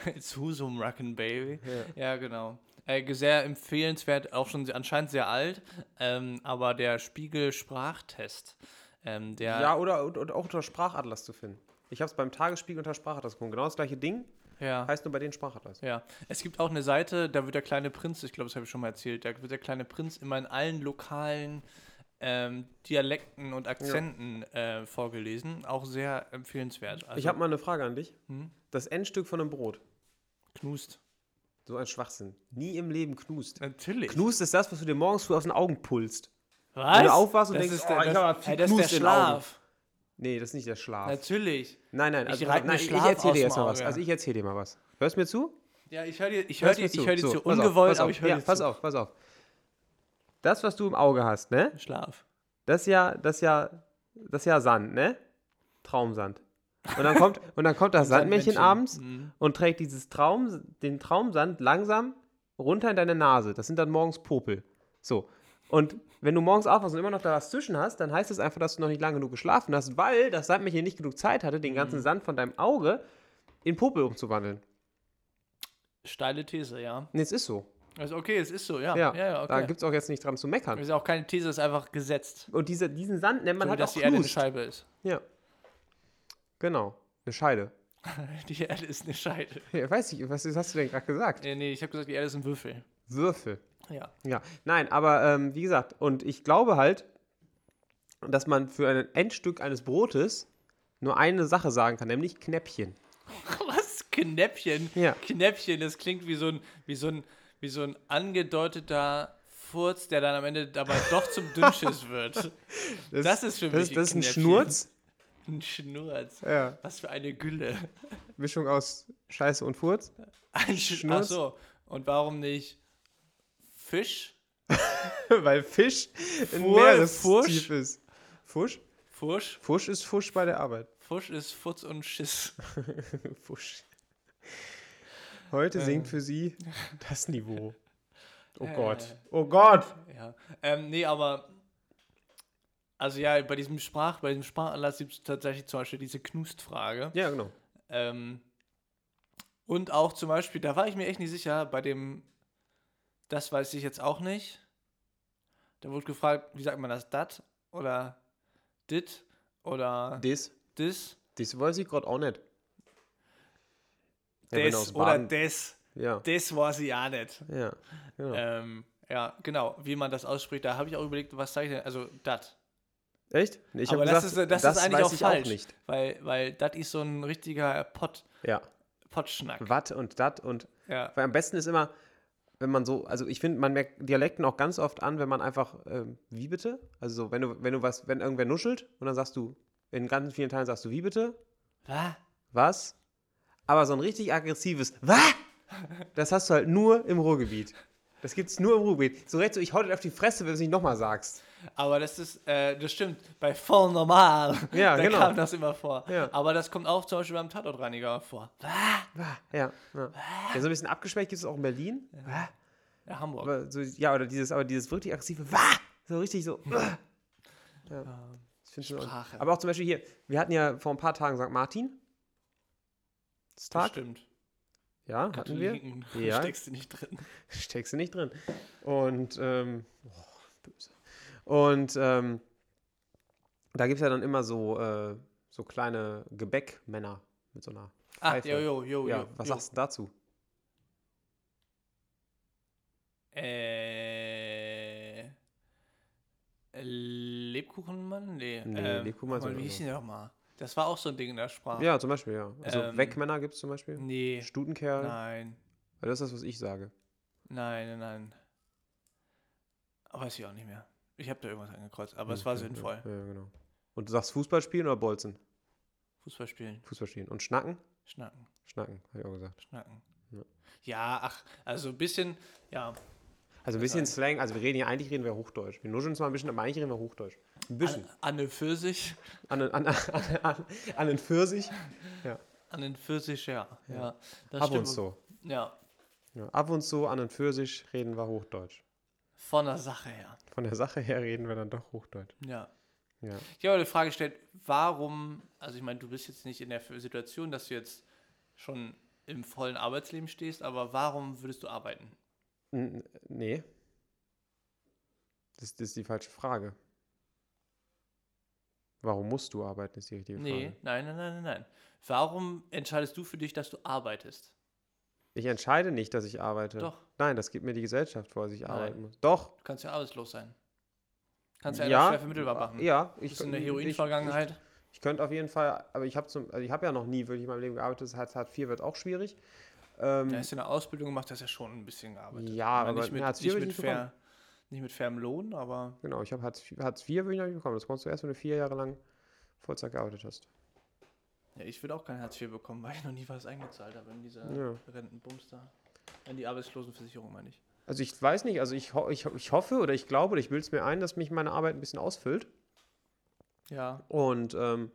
Speaker 1: It's Husum Rockin' Baby.
Speaker 2: Ja.
Speaker 1: Ja, genau. Äh, sehr empfehlenswert, auch schon se- anscheinend sehr alt, ähm, aber der Spiegel-Sprachtest, ähm, der...
Speaker 2: Ja, oder, und- und auch unter Sprachatlas zu finden. Ich habe es beim Tagesspiegel unter Sprachatlas gefunden. Genau das gleiche Ding,
Speaker 1: ja.
Speaker 2: heißt nur bei denen Sprachatlas.
Speaker 1: Ja, es gibt auch eine Seite, da wird der kleine Prinz, ich glaube, das habe ich schon mal erzählt, da wird der kleine Prinz immer in allen lokalen ähm, Dialekten und Akzenten äh, vorgelesen. Auch sehr empfehlenswert. Also,
Speaker 2: ich habe mal eine Frage an dich.
Speaker 1: Hm?
Speaker 2: Das Endstück von einem Brot.
Speaker 1: Knust.
Speaker 2: So ein Schwachsinn. Nie im Leben knust.
Speaker 1: Natürlich.
Speaker 2: Knust ist das, was du dir morgens früh aus den Augen pulst.
Speaker 1: Was?
Speaker 2: Wenn du aufwachst und
Speaker 1: das
Speaker 2: denkst,
Speaker 1: ist
Speaker 2: oh,
Speaker 1: der,
Speaker 2: ich
Speaker 1: das,
Speaker 2: hab aber viel
Speaker 1: Ey, das ist der
Speaker 2: Knust in den Augen.
Speaker 1: Schlaf.
Speaker 2: Nee, das ist nicht der Schlaf.
Speaker 1: Natürlich.
Speaker 2: nein, nein,
Speaker 1: ich
Speaker 2: also,
Speaker 1: reib mir
Speaker 2: nein, ich
Speaker 1: Schlaf
Speaker 2: erzähl
Speaker 1: aus
Speaker 2: dir jetzt
Speaker 1: dem
Speaker 2: mal was.
Speaker 1: Auge.
Speaker 2: Also ich erzähl dir mal was. Hörst du mir zu?
Speaker 1: Ja, ich höre dir, ich höre
Speaker 2: Hörst
Speaker 1: dir,
Speaker 2: mir zu?
Speaker 1: ich hör dir
Speaker 2: So,
Speaker 1: zu.
Speaker 2: pass auf,
Speaker 1: Ungewollt,
Speaker 2: pass auf.
Speaker 1: aber ich höre
Speaker 2: ja,
Speaker 1: dir
Speaker 2: Pass
Speaker 1: zu.
Speaker 2: auf, pass auf. Das, was du im Auge hast, ne?
Speaker 1: Schlaf.
Speaker 2: Das ist ja, das ist ja, das ist ja Sand, ne? Traumsand. Und dann kommt, und dann kommt das Sandmännchen
Speaker 1: Sandmännchen.
Speaker 2: abends
Speaker 1: Mhm.
Speaker 2: und trägt dieses Traum, den Traumsand langsam runter in deine Nase. Das sind dann morgens Popel. So. Und wenn du morgens aufwachst und immer noch da was zwischen hast, dann heißt es das einfach, dass du noch nicht lang genug geschlafen hast, weil das Sandmännchen nicht genug Zeit hatte, den
Speaker 1: Mhm.
Speaker 2: ganzen Sand von deinem Auge in Popel umzuwandeln.
Speaker 1: Steile These, ja.
Speaker 2: Und jetzt ist so.
Speaker 1: Also okay, es ist so, ja.
Speaker 2: Ja,
Speaker 1: Ja, ja,
Speaker 2: da
Speaker 1: okay.
Speaker 2: gibt es auch jetzt nicht dran zu meckern.
Speaker 1: Ist auch keine These, ist einfach gesetzt.
Speaker 2: Und diese, diesen Sand nennt man
Speaker 1: so,
Speaker 2: halt
Speaker 1: dass
Speaker 2: auch
Speaker 1: die Erde eine
Speaker 2: Knust.
Speaker 1: Scheibe ist.
Speaker 2: Ja. Genau. Eine Scheide.
Speaker 1: Die Erde ist eine Scheibe.
Speaker 2: Ja, weiß ich, was hast du denn gerade gesagt?
Speaker 1: Äh, nee, ich habe gesagt, die Erde ist ein Würfel.
Speaker 2: Würfel.
Speaker 1: Ja.
Speaker 2: Ja, nein, aber ähm, wie gesagt, und ich glaube halt, dass man für ein Endstück eines Brotes nur eine Sache sagen kann, nämlich Knäppchen.
Speaker 1: Was? Knäppchen?
Speaker 2: Ja.
Speaker 1: Knäppchen, das klingt wie so ein, wie so ein, wie so ein angedeuteter Furz, der dann am Ende dabei doch zum Dünnschiss wird. Das ist für
Speaker 2: das,
Speaker 1: mich
Speaker 2: Das ist ein
Speaker 1: Knäppchen.
Speaker 2: Schnurz.
Speaker 1: Ein Schnurz.
Speaker 2: Ja,
Speaker 1: Was für eine Gülle.
Speaker 2: Mischung aus Scheiße und Furz.
Speaker 1: Ein Schnurz.
Speaker 2: Schnurz.
Speaker 1: Ach so. Und warum nicht Fisch?
Speaker 2: Weil Fisch ein
Speaker 1: Fur-
Speaker 2: Meerestief
Speaker 1: Fursch?
Speaker 2: ist. Fusch?
Speaker 1: Fursch?
Speaker 2: Fusch ist Fusch bei der Arbeit.
Speaker 1: Fusch ist Futz und Schiss.
Speaker 2: Fusch. Heute sinkt für sie das Niveau. Oh
Speaker 1: Äh.
Speaker 2: Gott. Oh Gott.
Speaker 1: Ja. Ähm, nee, aber. Also ja, bei diesem Sprach, bei diesem Sprachanlass gibt es tatsächlich zum Beispiel diese Knustfrage.
Speaker 2: Ja, genau.
Speaker 1: Ähm, und auch zum Beispiel, da war ich mir echt nicht sicher, bei dem, das weiß ich jetzt auch nicht. Da wurde gefragt, wie sagt man das, dat oder dit oder
Speaker 2: Das,
Speaker 1: dis?
Speaker 2: das weiß ich gerade auch nicht. wenn er
Speaker 1: das
Speaker 2: aus
Speaker 1: oder
Speaker 2: Baden-
Speaker 1: das.
Speaker 2: Ja,
Speaker 1: Das war sie ja nicht.
Speaker 2: ja, genau.
Speaker 1: Ähm, ja, genau, wie man das ausspricht. Da habe ich auch überlegt, was sage ich denn? Also, dat.
Speaker 2: Echt? Nee, Ich hab
Speaker 1: Aber das ist- äh, das ist eigentlich
Speaker 2: weiß
Speaker 1: auch
Speaker 2: ich
Speaker 1: falsch.
Speaker 2: auch nicht.
Speaker 1: Weil, weil dat ist so ein richtiger Pott,
Speaker 2: Ja,
Speaker 1: Pottschnack.
Speaker 2: wat und dat und
Speaker 1: Ja.
Speaker 2: Weil am besten ist immer, wenn man so, also ich finde, man merkt Dialekten auch ganz oft an, wenn man einfach, ähm, wie bitte? Also so, wenn du, wenn du was, wenn irgendwer nuschelt und dann sagst du, in ganz vielen Teilen sagst du, wie bitte?
Speaker 1: Was?
Speaker 2: Was? Aber so ein richtig aggressives, was? Das hast du halt nur im Ruhrgebiet. Das gibt's nur im Ruhrgebiet. So recht so, ich hau dir auf die Fresse, wenn du es nicht nochmal sagst.
Speaker 1: Aber das ist, äh, das stimmt, bei voll normal.
Speaker 2: Ja,
Speaker 1: da
Speaker 2: genau.
Speaker 1: kam das immer vor.
Speaker 2: Ja.
Speaker 1: Aber das kommt auch zum Beispiel beim Tatortreiniger vor.
Speaker 2: Ja. ja. ja so ein bisschen abgeschwächt gibt es auch in Berlin.
Speaker 1: Ah. Ja, Hamburg.
Speaker 2: Aber so, ja, oder dieses, aber dieses wirklich aggressive Wah! So richtig so. "Uah!" Ja. Das findest du auch-
Speaker 1: Ähm, Sprache.
Speaker 2: Aber auch zum Beispiel hier, wir hatten ja vor ein paar Tagen St. Martin. Das
Speaker 1: das
Speaker 2: Tag.
Speaker 1: stimmt.
Speaker 2: Ja, hatten wir.
Speaker 1: Katholiken
Speaker 2: Ja.
Speaker 1: steckst du nicht drin.
Speaker 2: Steckst du nicht drin. Und, ähm, oh, böse. Und, ähm, da gibt es ja dann immer so, äh, so kleine Gebäckmänner mit so einer
Speaker 1: Ah,
Speaker 2: Pfeife.
Speaker 1: jo, jo, jo,
Speaker 2: ja,
Speaker 1: jo.
Speaker 2: was
Speaker 1: jo.
Speaker 2: sagst du dazu?
Speaker 1: Äh. Lebkuchenmann? Nee.
Speaker 2: Nee,
Speaker 1: ähm,
Speaker 2: Lebkuchenmann
Speaker 1: guck
Speaker 2: ist
Speaker 1: mal, Wie
Speaker 2: was
Speaker 1: hieß die nochmal? Das war auch so ein Ding in der Sprache.
Speaker 2: Ja, zum Beispiel, ja. Also
Speaker 1: Ah. Ähm,
Speaker 2: Weckmänner gibt es zum Beispiel.
Speaker 1: Nee.
Speaker 2: Stutenkerl.
Speaker 1: Nein.
Speaker 2: Das ist das, was ich sage.
Speaker 1: Nein, nein, nein. Aber weiß ich auch nicht mehr. Ich habe da irgendwas angekreuzt, aber es war
Speaker 2: Ja, ja,
Speaker 1: sinnvoll.
Speaker 2: Ja, ja, genau. Und du sagst Fußball spielen oder Bolzen?
Speaker 1: Fußball spielen,
Speaker 2: Fußball spielen. Und schnacken?
Speaker 1: schnacken,
Speaker 2: Schnacken, habe ich auch gesagt.
Speaker 1: schnacken.
Speaker 2: Ja.
Speaker 1: Ja, ach, also ein bisschen, ja.
Speaker 2: Also ein bisschen Slang, also wir reden ja, eigentlich reden wir Hochdeutsch. Wir nuscheln zwar ein bisschen, aber eigentlich reden wir Hochdeutsch. Ein bisschen.
Speaker 1: An, an den Pfirsich,
Speaker 2: An, den- an, an, an, an den Pfirsich.
Speaker 1: an den Pfirsich, ja. ja. das
Speaker 2: Ab
Speaker 1: stimmt.
Speaker 2: und zu.
Speaker 1: Ja,
Speaker 2: Ja, ab und zu an den Pfirsich reden wir Hochdeutsch.
Speaker 1: von der Sache her.
Speaker 2: Von der Sache her reden wir dann doch Hochdeutsch.
Speaker 1: Ja.
Speaker 2: Ja.
Speaker 1: Ich habe eine Frage gestellt, warum, also ich meine, du bist jetzt nicht in der Situation, dass du jetzt schon im vollen Arbeitsleben stehst, aber warum würdest du arbeiten?
Speaker 2: N nee. Das, das ist die falsche Frage. Warum musst du arbeiten, ist die richtige Frage.
Speaker 1: Nee, nein, nein, nein, nein, nein. Warum entscheidest du für dich, dass du arbeitest?
Speaker 2: Ich entscheide nicht, dass ich arbeite.
Speaker 1: Doch.
Speaker 2: Nein, das gibt mir die Gesellschaft vor, dass ich
Speaker 1: Nein.
Speaker 2: arbeiten muss. Doch.
Speaker 1: Du kannst ja arbeitslos sein. Kannst ja,
Speaker 2: Ja,
Speaker 1: ja schwer vermittelbar machen.
Speaker 2: Ja,
Speaker 1: Du
Speaker 2: ich,
Speaker 1: bist in der
Speaker 2: ich,
Speaker 1: Heroin-Vergangenheit.
Speaker 2: ich könnte auf jeden Fall, aber ich habe also ich hab ja noch nie wirklich in meinem Leben gearbeitet. Das Hartz, Hartz IV wird auch schwierig. Ähm,
Speaker 1: Da hast du eine Ausbildung gemacht, hast ja schon ein bisschen gearbeitet.
Speaker 2: Ja,
Speaker 1: Ich meine,
Speaker 2: aber
Speaker 1: nicht mit,
Speaker 2: Hartz IV
Speaker 1: nicht
Speaker 2: bin
Speaker 1: mit,
Speaker 2: ich bekommen.
Speaker 1: fair, nicht mit fairem Lohn, aber
Speaker 2: genau, ich habe Hartz, IV- Hartz IV wirklich noch nicht bekommen. Das kommst du erst, wenn du vier Jahre lang Vollzeit gearbeitet hast.
Speaker 1: ja, ich würde auch kein Hartz IV bekommen, weil ich noch nie was eingezahlt habe in dieser
Speaker 2: Ja.
Speaker 1: Rentenbums da. In die Arbeitslosenversicherung, meine ich.
Speaker 2: Also ich weiß nicht, also ich, ho ich, ho- ich hoffe oder ich glaube oder ich bilde es mir ein, dass mich meine Arbeit ein bisschen ausfüllt.
Speaker 1: Ja.
Speaker 2: Und ähm,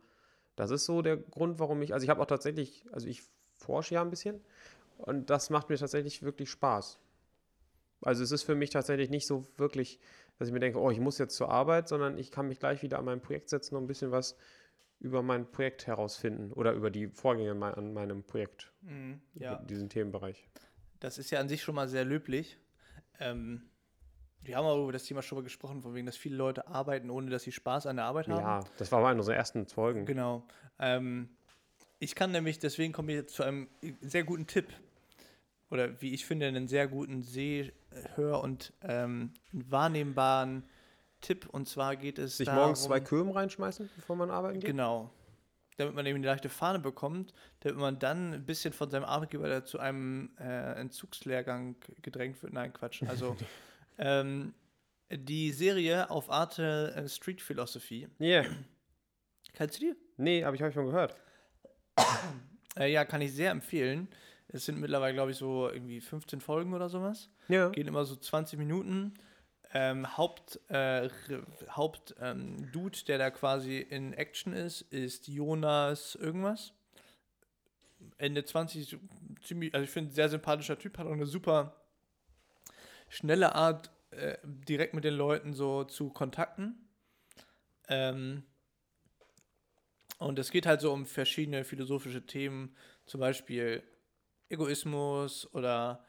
Speaker 2: das ist so der Grund, warum ich, also ich habe auch tatsächlich, also ich forsche ja ein bisschen und das macht mir tatsächlich wirklich Spaß. Also es ist für mich tatsächlich nicht so wirklich, dass ich mir denke, oh, ich muss jetzt zur Arbeit, sondern ich kann mich gleich wieder an mein Projekt setzen und ein bisschen was über mein Projekt herausfinden oder über die Vorgänge mei- an meinem Projekt,
Speaker 1: Mhm.
Speaker 2: ja.
Speaker 1: Ja.
Speaker 2: diesem Themenbereich.
Speaker 1: Das ist ja an sich schon mal sehr löblich. Ähm, wir haben auch über das Thema schon mal gesprochen, von wegen, dass viele Leute arbeiten, ohne dass sie Spaß an der Arbeit haben.
Speaker 2: Ja, das war mal in unseren ersten Folgen.
Speaker 1: Genau. Ähm, ich kann nämlich, deswegen komme ich jetzt zu einem sehr guten Tipp. Oder wie ich finde, einen sehr guten Seh-, Hör- und ähm, wahrnehmbaren Tipp. Und zwar geht es.
Speaker 2: Sich
Speaker 1: darum,
Speaker 2: morgens zwei Köben reinschmeißen, bevor man arbeiten geht?
Speaker 1: Genau. Damit man eben eine leichte Fahne bekommt, damit man dann ein bisschen von seinem Arbeitgeber zu einem äh, Entzugslehrgang gedrängt wird. Nein, Quatsch. Also ähm, die Serie auf Arte äh, Street Philosophy.
Speaker 2: Ja.
Speaker 1: Kennst du die?
Speaker 2: Nee, habe ich heute schon gehört.
Speaker 1: Äh, ja, kann ich sehr empfehlen. Es sind mittlerweile, glaube ich, so irgendwie 15 Folgen oder sowas.
Speaker 2: Ja. Mhm.
Speaker 1: Gehen immer so 20 Minuten. Ähm, Haupt, äh, Re- Haupt ähm, Dude, der da quasi in Action ist, ist Jonas irgendwas. Ende 20, so ziemlich, also ich finde, sehr sympathischer Typ, hat auch eine super schnelle Art, äh, direkt mit den Leuten so zu kontakten. Ähm, und es geht halt so um verschiedene philosophische Themen, zum Beispiel Egoismus oder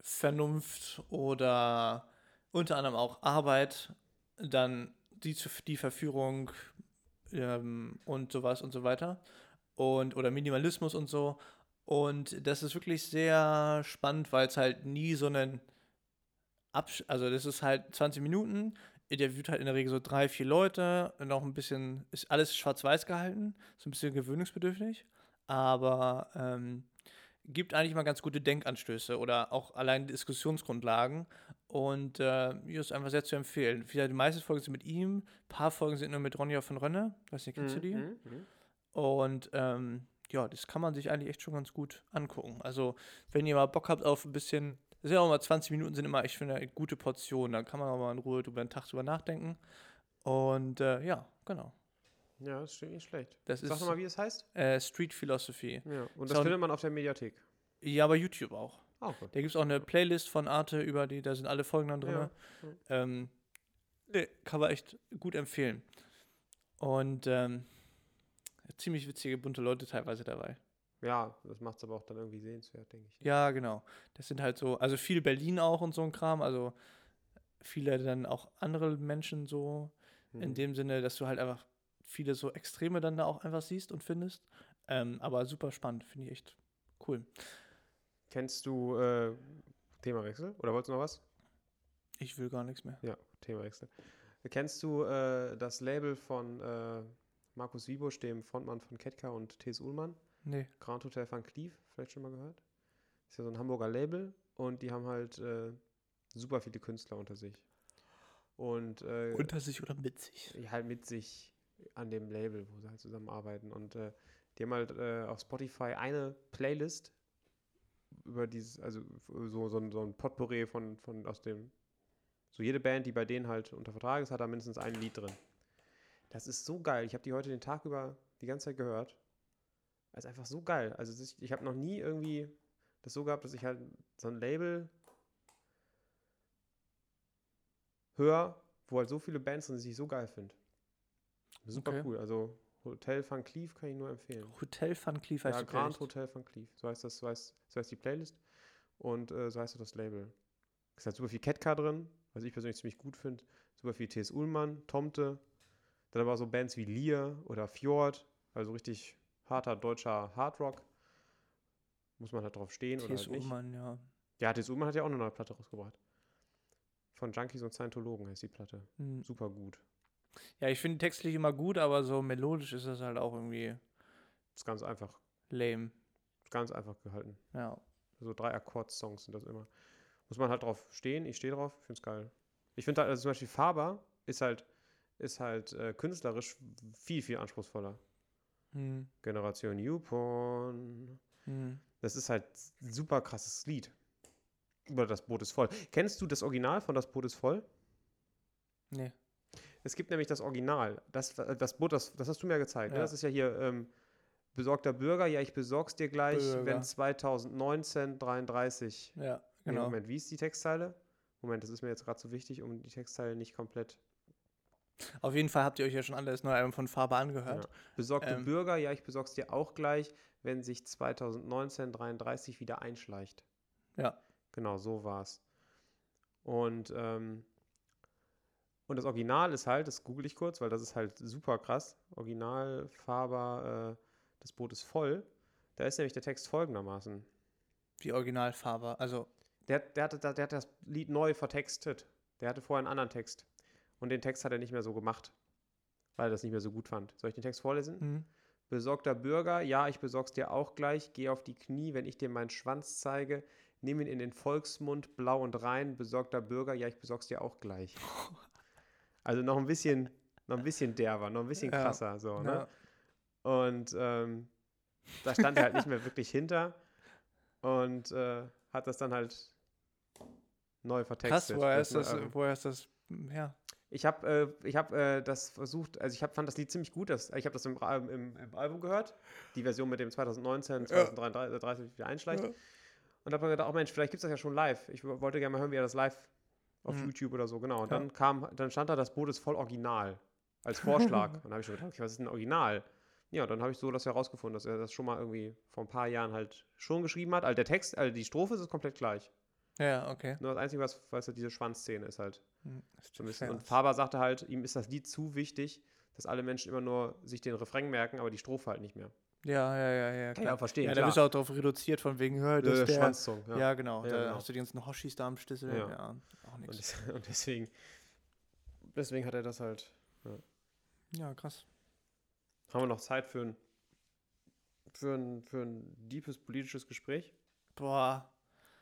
Speaker 1: Vernunft oder unter anderem auch Arbeit, dann die, zu- die Verführung ähm, und sowas und so weiter. Und, oder Minimalismus und so. Und das ist wirklich sehr spannend, weil es halt nie so einen Absch also das ist halt 20 Minuten, interviewt halt in der Regel so drei, vier Leute, noch ein bisschen, ist alles schwarz-weiß gehalten, so ein bisschen gewöhnungsbedürftig, aber ähm, gibt eigentlich mal ganz gute Denkanstöße oder auch allein Diskussionsgrundlagen und äh, hier ist einfach sehr zu empfehlen. Vielleicht die meisten Folgen sind mit ihm, ein paar Folgen sind nur mit Ronja von Rönne, weiß nicht, kennst du die?
Speaker 2: Mhm, mhm.
Speaker 1: Und ähm, ja, das kann man sich eigentlich echt schon ganz gut angucken. Also, wenn ihr mal Bock habt auf ein bisschen, das sind ja auch mal 20 Minuten, sind immer echt für eine gute Portion. Da kann man auch mal in Ruhe über den Tag drüber nachdenken. Und äh, ja, genau.
Speaker 2: Ja, das stimmt nicht schlecht.
Speaker 1: Das
Speaker 2: Sag
Speaker 1: ist
Speaker 2: nochmal, wie es heißt.
Speaker 1: äh, Street Philosophy.
Speaker 2: Ja. Und
Speaker 1: Sound-
Speaker 2: das findet man auf der Mediathek.
Speaker 1: Ja, aber YouTube auch.
Speaker 2: Ah, gut.
Speaker 1: Da gibt es auch eine Playlist von Arte, über die, da sind alle Folgen dann drin. ne?
Speaker 2: Ja.
Speaker 1: Ähm, nee, kann man echt gut empfehlen. Und ähm, ziemlich witzige, bunte Leute teilweise dabei.
Speaker 2: Ja, das macht es aber auch dann irgendwie sehenswert, denke ich.
Speaker 1: Ja, genau. Das sind halt so, also viel Berlin auch und so ein Kram, also viele dann auch andere Menschen so, in
Speaker 2: Mhm.
Speaker 1: dem Sinne, dass du halt einfach viele so Extreme dann da auch einfach siehst und findest. Ähm, aber super spannend, finde ich echt cool.
Speaker 2: Kennst du äh, Themawechsel? Oder wolltest du noch was?
Speaker 1: Ich will gar nichts mehr.
Speaker 2: Ja, Themawechsel. Kennst du äh, das Label von äh, Markus Wiebusch, dem Frontmann von Ketka und T.S. Ullmann?
Speaker 1: Nee.
Speaker 2: Grand Hotel Van Cleef, vielleicht schon mal gehört. Ist ja so ein Hamburger Label und die haben halt äh, super viele Künstler unter sich. Und, äh,
Speaker 1: Unter sich oder mit sich.
Speaker 2: die halt mit sich an dem Label, wo sie halt zusammenarbeiten. Und äh, die haben halt äh, auf Spotify eine Playlist über dieses, also so, so, ein- so ein Potpourri von, von aus dem, so jede Band, die bei denen halt unter Vertrag ist, hat da mindestens ein Lied drin. Das ist so geil. Ich habe die heute den Tag über die ganze Zeit gehört. Das ist einfach so geil. Also es ist- ich habe noch nie irgendwie das so gehabt, dass ich halt so ein Label höre, wo halt so viele Bands sind, die ich so geil finde. Super
Speaker 1: Okay.
Speaker 2: cool. Also Hotel Van Cleef kann ich nur empfehlen.
Speaker 1: Hotel Van Cleef heißt
Speaker 2: ja,
Speaker 1: die
Speaker 2: Grand
Speaker 1: Playlist.
Speaker 2: Hotel Van Cleef. So heißt das, so heißt, so heißt die Playlist und äh, so heißt auch das Label. Es hat super viel Ketka drin, was ich persönlich ziemlich gut finde. Super viel T.S. Ullmann, Tomte. Dann aber auch so Bands wie Lear oder Fjord, also richtig harter deutscher Hardrock. Muss man halt drauf stehen oder
Speaker 1: T.S.
Speaker 2: halt nicht.
Speaker 1: Ullmann, ja.
Speaker 2: Ja, T.S. Ullmann hat ja auch eine neue Platte rausgebracht. Von Junkies und Scientologen heißt die Platte.
Speaker 1: Hm.
Speaker 2: Super gut.
Speaker 1: Ja, ich finde textlich immer gut, aber so melodisch ist das halt auch irgendwie
Speaker 2: Ist ganz einfach,
Speaker 1: lame.
Speaker 2: ist ganz einfach gehalten.
Speaker 1: Ja.
Speaker 2: So drei Akkord-Songs sind das immer. Muss man halt drauf stehen. Ich stehe drauf. Ich finde es geil. Ich finde halt, also zum Beispiel Faber ist halt, ist halt äh, künstlerisch viel, viel anspruchsvoller.
Speaker 1: Hm.
Speaker 2: Generation Youporn.
Speaker 1: Hm.
Speaker 2: Das ist halt ein super krasses Lied. Über das Boot ist voll. Kennst du das Original von Das Boot ist voll?
Speaker 1: Nee.
Speaker 2: Es gibt nämlich das Original. Das, das Boot, das, das hast du mir ja gezeigt.
Speaker 1: Ja.
Speaker 2: Ne? Das ist ja hier ähm, besorgter Bürger. Ja, ich besorg's dir gleich,
Speaker 1: Bürger.
Speaker 2: wenn 2019 33
Speaker 1: Ja,
Speaker 2: Nee,
Speaker 1: genau.
Speaker 2: Moment, wie ist die Textzeile? Moment, das ist mir jetzt gerade so wichtig, um die Textzeile nicht komplett.
Speaker 1: Auf jeden Fall habt ihr euch ja schon alle das neue Album von Faber angehört.
Speaker 2: Ja. Besorgte
Speaker 1: Ähm.
Speaker 2: Bürger, ja, ich besorg's dir auch gleich, wenn sich 2019 33 wieder einschleicht.
Speaker 1: Ja.
Speaker 2: Genau, so war's. Und, ähm, und das Original ist halt, das google ich kurz, weil das ist halt super krass. Original, Faber, äh, das Boot ist voll. Da ist nämlich der Text folgendermaßen.
Speaker 1: Wie Original Faber. Also,
Speaker 2: Der, hat- der, hatte, der, der hat das Lied neu vertextet. Der hatte vorher einen anderen Text. Und den Text hat er nicht mehr so gemacht, weil er das nicht mehr so gut fand. Soll ich den Text vorlesen?
Speaker 1: hm,
Speaker 2: Besorgter Bürger, ja, ich besorg's dir auch gleich. Geh auf die Knie, wenn ich dir meinen Schwanz zeige. Nimm ihn in den Volksmund, blau und rein. Besorgter Bürger, ja, ich besorg's dir auch gleich. Also noch ein bisschen, noch ein bisschen derber, noch ein bisschen
Speaker 1: Ja.
Speaker 2: krasser. So,
Speaker 1: ja.
Speaker 2: ne? Und ähm, da stand er halt nicht mehr wirklich hinter und äh, hat das dann halt neu
Speaker 1: krass,
Speaker 2: vertextet.
Speaker 1: woher
Speaker 2: Das
Speaker 1: ist das,
Speaker 2: neue Album.
Speaker 1: woher ist das her?
Speaker 2: Ich habe äh, ich hab, äh, das versucht, also ich hab, fand das Lied ziemlich gut. Das, ich habe das im, Ra- im, im Album gehört, die Version mit dem 2019, 2033 wieder einschleicht.
Speaker 1: Ja.
Speaker 2: Und habe mir gedacht, oh Mensch, vielleicht gibt es das ja schon live. Ich wollte gerne mal hören, wie er das live auf
Speaker 1: Mhm.
Speaker 2: YouTube oder so, genau. Und
Speaker 1: Ja.
Speaker 2: dann kam, dann stand da, das Boot ist voll original als Vorschlag. und dann habe ich schon gedacht, okay, was ist denn original? Ja, und dann habe ich so das herausgefunden, dass er das schon mal irgendwie vor ein paar Jahren halt schon geschrieben hat. Also der Text, also die Strophe ist komplett gleich.
Speaker 1: Ja, okay.
Speaker 2: Nur das Einzige, was, was diese Schwanzszene ist halt.
Speaker 1: Hm,
Speaker 2: So ein bisschen.
Speaker 1: fair.
Speaker 2: Und Faber sagte halt, ihm ist das Lied zu wichtig, dass alle Menschen immer nur sich den Refrain merken, aber die Strophe halt nicht mehr.
Speaker 1: Ja, ja, ja, ja.
Speaker 2: Kann ich
Speaker 1: Klar.
Speaker 2: auch verstehen.
Speaker 1: ja, da
Speaker 2: klar.
Speaker 1: bist du auch drauf reduziert, von wegen, hör, das
Speaker 2: Äh,
Speaker 1: der.
Speaker 2: Schwanzzung,
Speaker 1: ja.
Speaker 2: ja.
Speaker 1: genau.
Speaker 2: Ja,
Speaker 1: da
Speaker 2: genau.
Speaker 1: hast du die ganzen Hoshis da am Schlüssel. Ja.
Speaker 2: Ja.
Speaker 1: auch
Speaker 2: Und,
Speaker 1: nichts.
Speaker 2: des- und deswegen, deswegen hat er das halt.
Speaker 1: Ja, krass.
Speaker 2: Haben wir noch Zeit für ein, für ein, für ein deepes politisches Gespräch?
Speaker 1: Boah.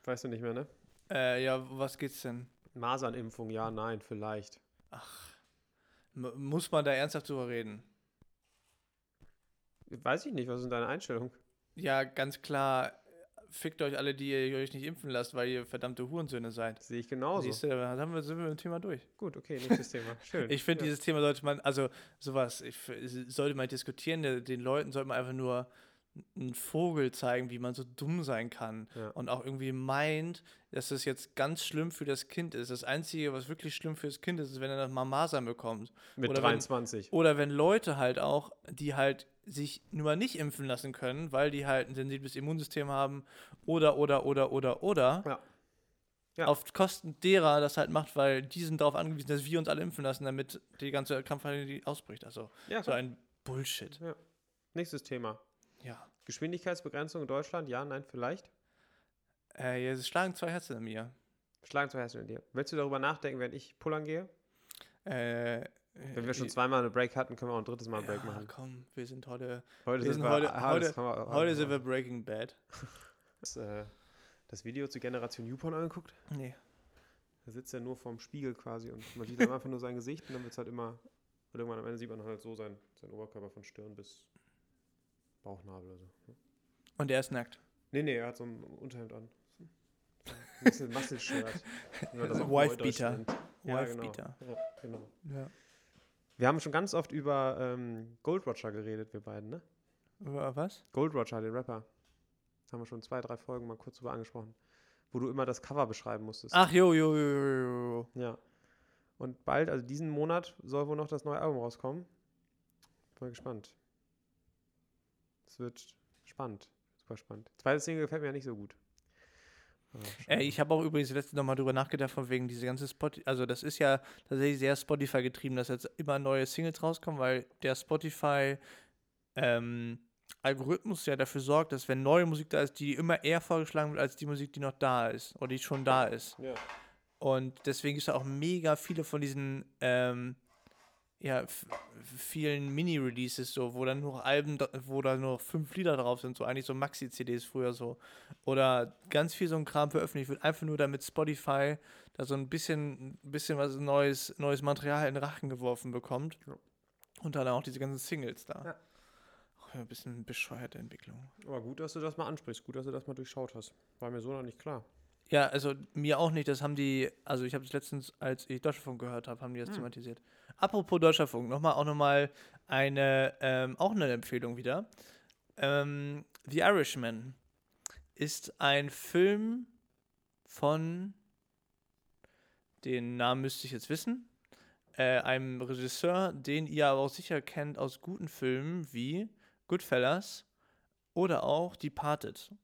Speaker 2: Weißt du nicht mehr, ne?
Speaker 1: Äh, ja, was geht's denn?
Speaker 2: Masernimpfung, ja, nein, vielleicht.
Speaker 1: M muss man da ernsthaft drüber reden?
Speaker 2: Weiß ich nicht, was ist denn deine Einstellung?
Speaker 1: Ja, ganz klar, fickt euch alle, die ihr euch nicht impfen lasst, weil ihr verdammte Hurensöhne seid.
Speaker 2: Sehe ich genauso.
Speaker 1: Siehst du, dann haben wir, sind wir mit dem Thema durch.
Speaker 2: Gut, okay, nächstes Thema. Schön.
Speaker 1: Ich finde,
Speaker 2: ja.
Speaker 1: dieses Thema sollte man, also sowas, ich, f- sollte man diskutieren, der- den Leuten sollte man einfach nur einen Vogel zeigen, wie man so dumm sein kann
Speaker 2: Ja.
Speaker 1: und auch irgendwie meint, dass das jetzt ganz schlimm für das Kind ist. Das Einzige, was wirklich schlimm für das Kind ist, ist, wenn er das mal Masern bekommt.
Speaker 2: Mit
Speaker 1: oder wenn-
Speaker 2: 23.
Speaker 1: Oder wenn Leute halt auch, die halt sich nun mal nicht impfen lassen können, weil die halt ein sensibles Immunsystem haben oder, oder, oder, oder, oder,
Speaker 2: Ja. Ja.
Speaker 1: auf Kosten derer das halt macht, weil die sind darauf angewiesen, dass wir uns alle impfen lassen, damit die ganze Kampagne ausbricht. Also
Speaker 2: Ja,
Speaker 1: so
Speaker 2: klar.
Speaker 1: ein Bullshit.
Speaker 2: nächstes Thema.
Speaker 1: Ja.
Speaker 2: Geschwindigkeitsbegrenzung in Deutschland, ja, nein, vielleicht.
Speaker 1: Äh, jetzt schlagen zwei Herzen in mir.
Speaker 2: Schlagen zwei Herzen in dir. Willst du darüber nachdenken, wenn ich pullern gehe?
Speaker 1: Äh,
Speaker 2: Wenn wir schon zweimal einen Break hatten, können wir auch ein drittes Mal einen Break
Speaker 1: ja,
Speaker 2: machen.
Speaker 1: komm, wir sind heute,
Speaker 2: Heute
Speaker 1: wir sind
Speaker 2: wir-
Speaker 1: heute,
Speaker 2: ah, das
Speaker 1: heute,
Speaker 2: kann man-
Speaker 1: heute sind wir Breaking Bad.
Speaker 2: das, äh, das Video zu Generation YouPorn angeguckt.
Speaker 1: Nee.
Speaker 2: Da sitzt er nur vorm Spiegel quasi und man sieht dann einfach nur sein Gesicht und dann wird es halt immer. Und irgendwann am Ende sieht man halt so seinen sein Oberkörper von Stirn bis Bauchnabel oder so.
Speaker 1: Und er ist nackt.
Speaker 2: Nee, nee, er hat so ein Unterhemd an. Ein bisschen Muscle-Shirt. wie man das auf
Speaker 1: Wife
Speaker 2: Neudeutsch
Speaker 1: Beater.
Speaker 2: nennt. Ja, genau.
Speaker 1: Wife-Beater.
Speaker 2: Ja, genau.
Speaker 1: Ja.
Speaker 2: Wir haben schon ganz oft über ähm, Gold Roger geredet, wir beiden, ne?
Speaker 1: Über Was?
Speaker 2: Gold Roger, den Rapper. Haben wir schon zwei, drei Folgen mal kurz drüber angesprochen. Wo du immer das Cover beschreiben musstest.
Speaker 1: Ach, jo, jo, jo, jo, jo.
Speaker 2: Ja. Und bald, also diesen Monat, soll wohl noch das neue Album rauskommen. Bin mal gespannt. Es wird spannend. Super spannend. Zweite Single gefällt mir ja nicht so gut. Aber
Speaker 1: Ey, Äh, ich habe auch übrigens letztens nochmal drüber nachgedacht, von wegen diese ganze Spotify, also das ist ja tatsächlich sehr Spotify getrieben, dass jetzt immer neue Singles rauskommen, weil der Spotify ähm, Algorithmus ja dafür sorgt, dass wenn neue Musik da ist, die immer eher vorgeschlagen wird als die Musik, die noch da ist oder die schon da ist.
Speaker 2: Ja.
Speaker 1: Und deswegen gibt es auch mega viele von diesen ähm, ja, f- f- vielen Mini-Releases, so, wo dann nur Alben, dr- wo da nur fünf Lieder drauf sind, so eigentlich so Maxi-CDs früher so. Oder ganz viel so ein Kram veröffentlicht wird, einfach nur damit Spotify da so ein bisschen, ein bisschen was neues, neues Material in den Rachen geworfen bekommt.
Speaker 2: Ja.
Speaker 1: Und dann auch diese ganzen Singles da.
Speaker 2: Ja.
Speaker 1: Auch ein bisschen bescheuerte Entwicklung.
Speaker 2: Aber gut, dass du das mal ansprichst. Gut, dass du das mal durchschaut hast. War mir so noch nicht klar.
Speaker 1: Ja, also mir auch nicht. Das haben die, also ich habe es letztens, als ich Deutschlandfunk gehört habe, haben die das
Speaker 2: Hm.
Speaker 1: thematisiert. Apropos Deutschlandfunk, nochmal auch nochmal eine, ähm, auch eine Empfehlung wieder. Ähm, The Irishman ist ein Film von, den Namen müsste ich jetzt wissen, äh, einem Regisseur, den ihr aber auch sicher kennt aus guten Filmen wie Goodfellas oder auch Departed.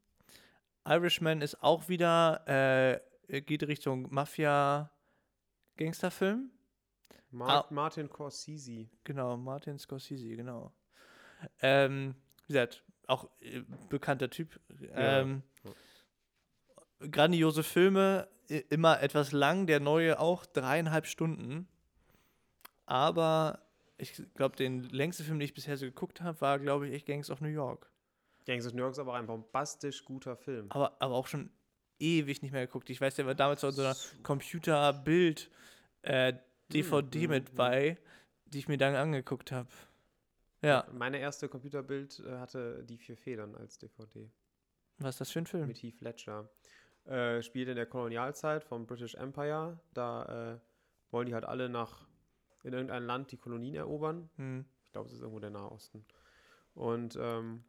Speaker 1: Irishman ist auch wieder, äh, geht Richtung Mafia-Gangsterfilm. Ah.
Speaker 2: Mar Martin Corsisi.
Speaker 1: Genau, Martin Scorsese, genau. Ähm, wie gesagt, auch äh, bekannter Typ.
Speaker 2: Ja.
Speaker 1: Ähm, Grandiose Filme, i- immer etwas lang, der neue auch dreieinhalb Stunden. Aber ich glaube, den längsten Film, den ich bisher so geguckt habe, war, glaube ich, echt Gangs of New York.
Speaker 2: Gangs of New York ist aber ein bombastisch guter Film.
Speaker 1: Aber, aber auch schon ewig nicht mehr geguckt. Ich weiß, der war damals so in so einer Computerbild äh, DVD
Speaker 2: mhm,
Speaker 1: mit
Speaker 2: mhm.
Speaker 1: bei, die ich mir dann angeguckt habe. Ja,
Speaker 2: Meine erste Computerbild äh, hatte die vier Federn als DVD.
Speaker 1: was ist das für ein Film?
Speaker 2: mit Heath Ledger. Äh, spielt in der Kolonialzeit vom British Empire. Da äh, wollen die halt alle nach in irgendein Land die Kolonien erobern.
Speaker 1: Hm.
Speaker 2: Ich glaube, es ist irgendwo der Nahe Osten. Und ähm,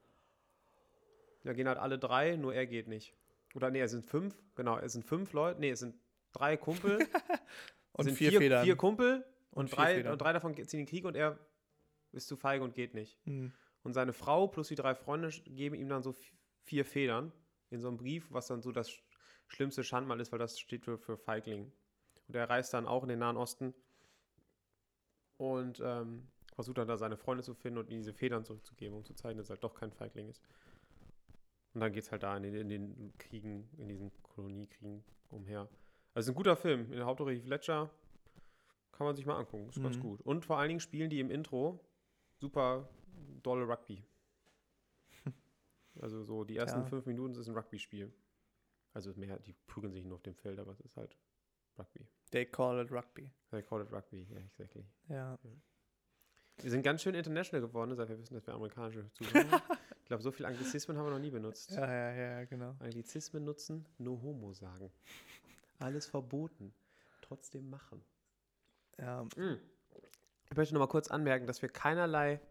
Speaker 2: da gehen halt alle drei, nur er geht nicht. Oder nee, es sind fünf, genau, es sind fünf Leute, nee, es sind drei Kumpel,
Speaker 1: Und
Speaker 2: sind
Speaker 1: vier, Federn.
Speaker 2: vier Kumpel
Speaker 1: und
Speaker 2: und drei,
Speaker 1: Federn.
Speaker 2: und drei davon ge- ziehen in den Krieg und er ist zu feige und geht nicht.
Speaker 1: Hm.
Speaker 2: Und seine Frau plus die drei Freunde sch- geben ihm dann so f- vier Federn in so einem Brief, was dann so das sch- schlimmste Schandmal ist, weil das steht für, für Feigling. Und er reist dann auch in den Nahen Osten und ähm, versucht versucht dann da seine Freunde zu finden und ihnen diese Federn zurückzugeben, um zu zeigen, dass er halt doch kein Feigling ist. Und dann geht's halt da in den, in den Kriegen, in diesen Koloniekriegen umher. Also es ist ein guter Film. In der Hauptrolle Heath Ledger kann man sich mal angucken. Ist ganz
Speaker 1: Mhm.
Speaker 2: gut. Und vor allen Dingen spielen die im Intro super dolle Rugby. Also so die ersten
Speaker 1: Ja.
Speaker 2: fünf Minuten ist ein Rugby-Spiel. Also mehr, die prügeln sich nur auf dem Feld, aber es ist halt Rugby.
Speaker 1: They call it Rugby.
Speaker 2: They call it Rugby, yeah, exactly.
Speaker 1: Ja.
Speaker 2: Wir sind ganz schön international geworden, ne, seit wir wissen, dass wir amerikanische Zuhörer haben. Ich glaube, so viel Anglizismen haben wir noch nie benutzt.
Speaker 1: Ja, ja, ja, genau.
Speaker 2: Anglizismen nutzen, nur Homo sagen. Alles verboten. Trotzdem machen.
Speaker 1: Ja,
Speaker 2: Ich möchte noch mal kurz anmerken, dass wir keinerlei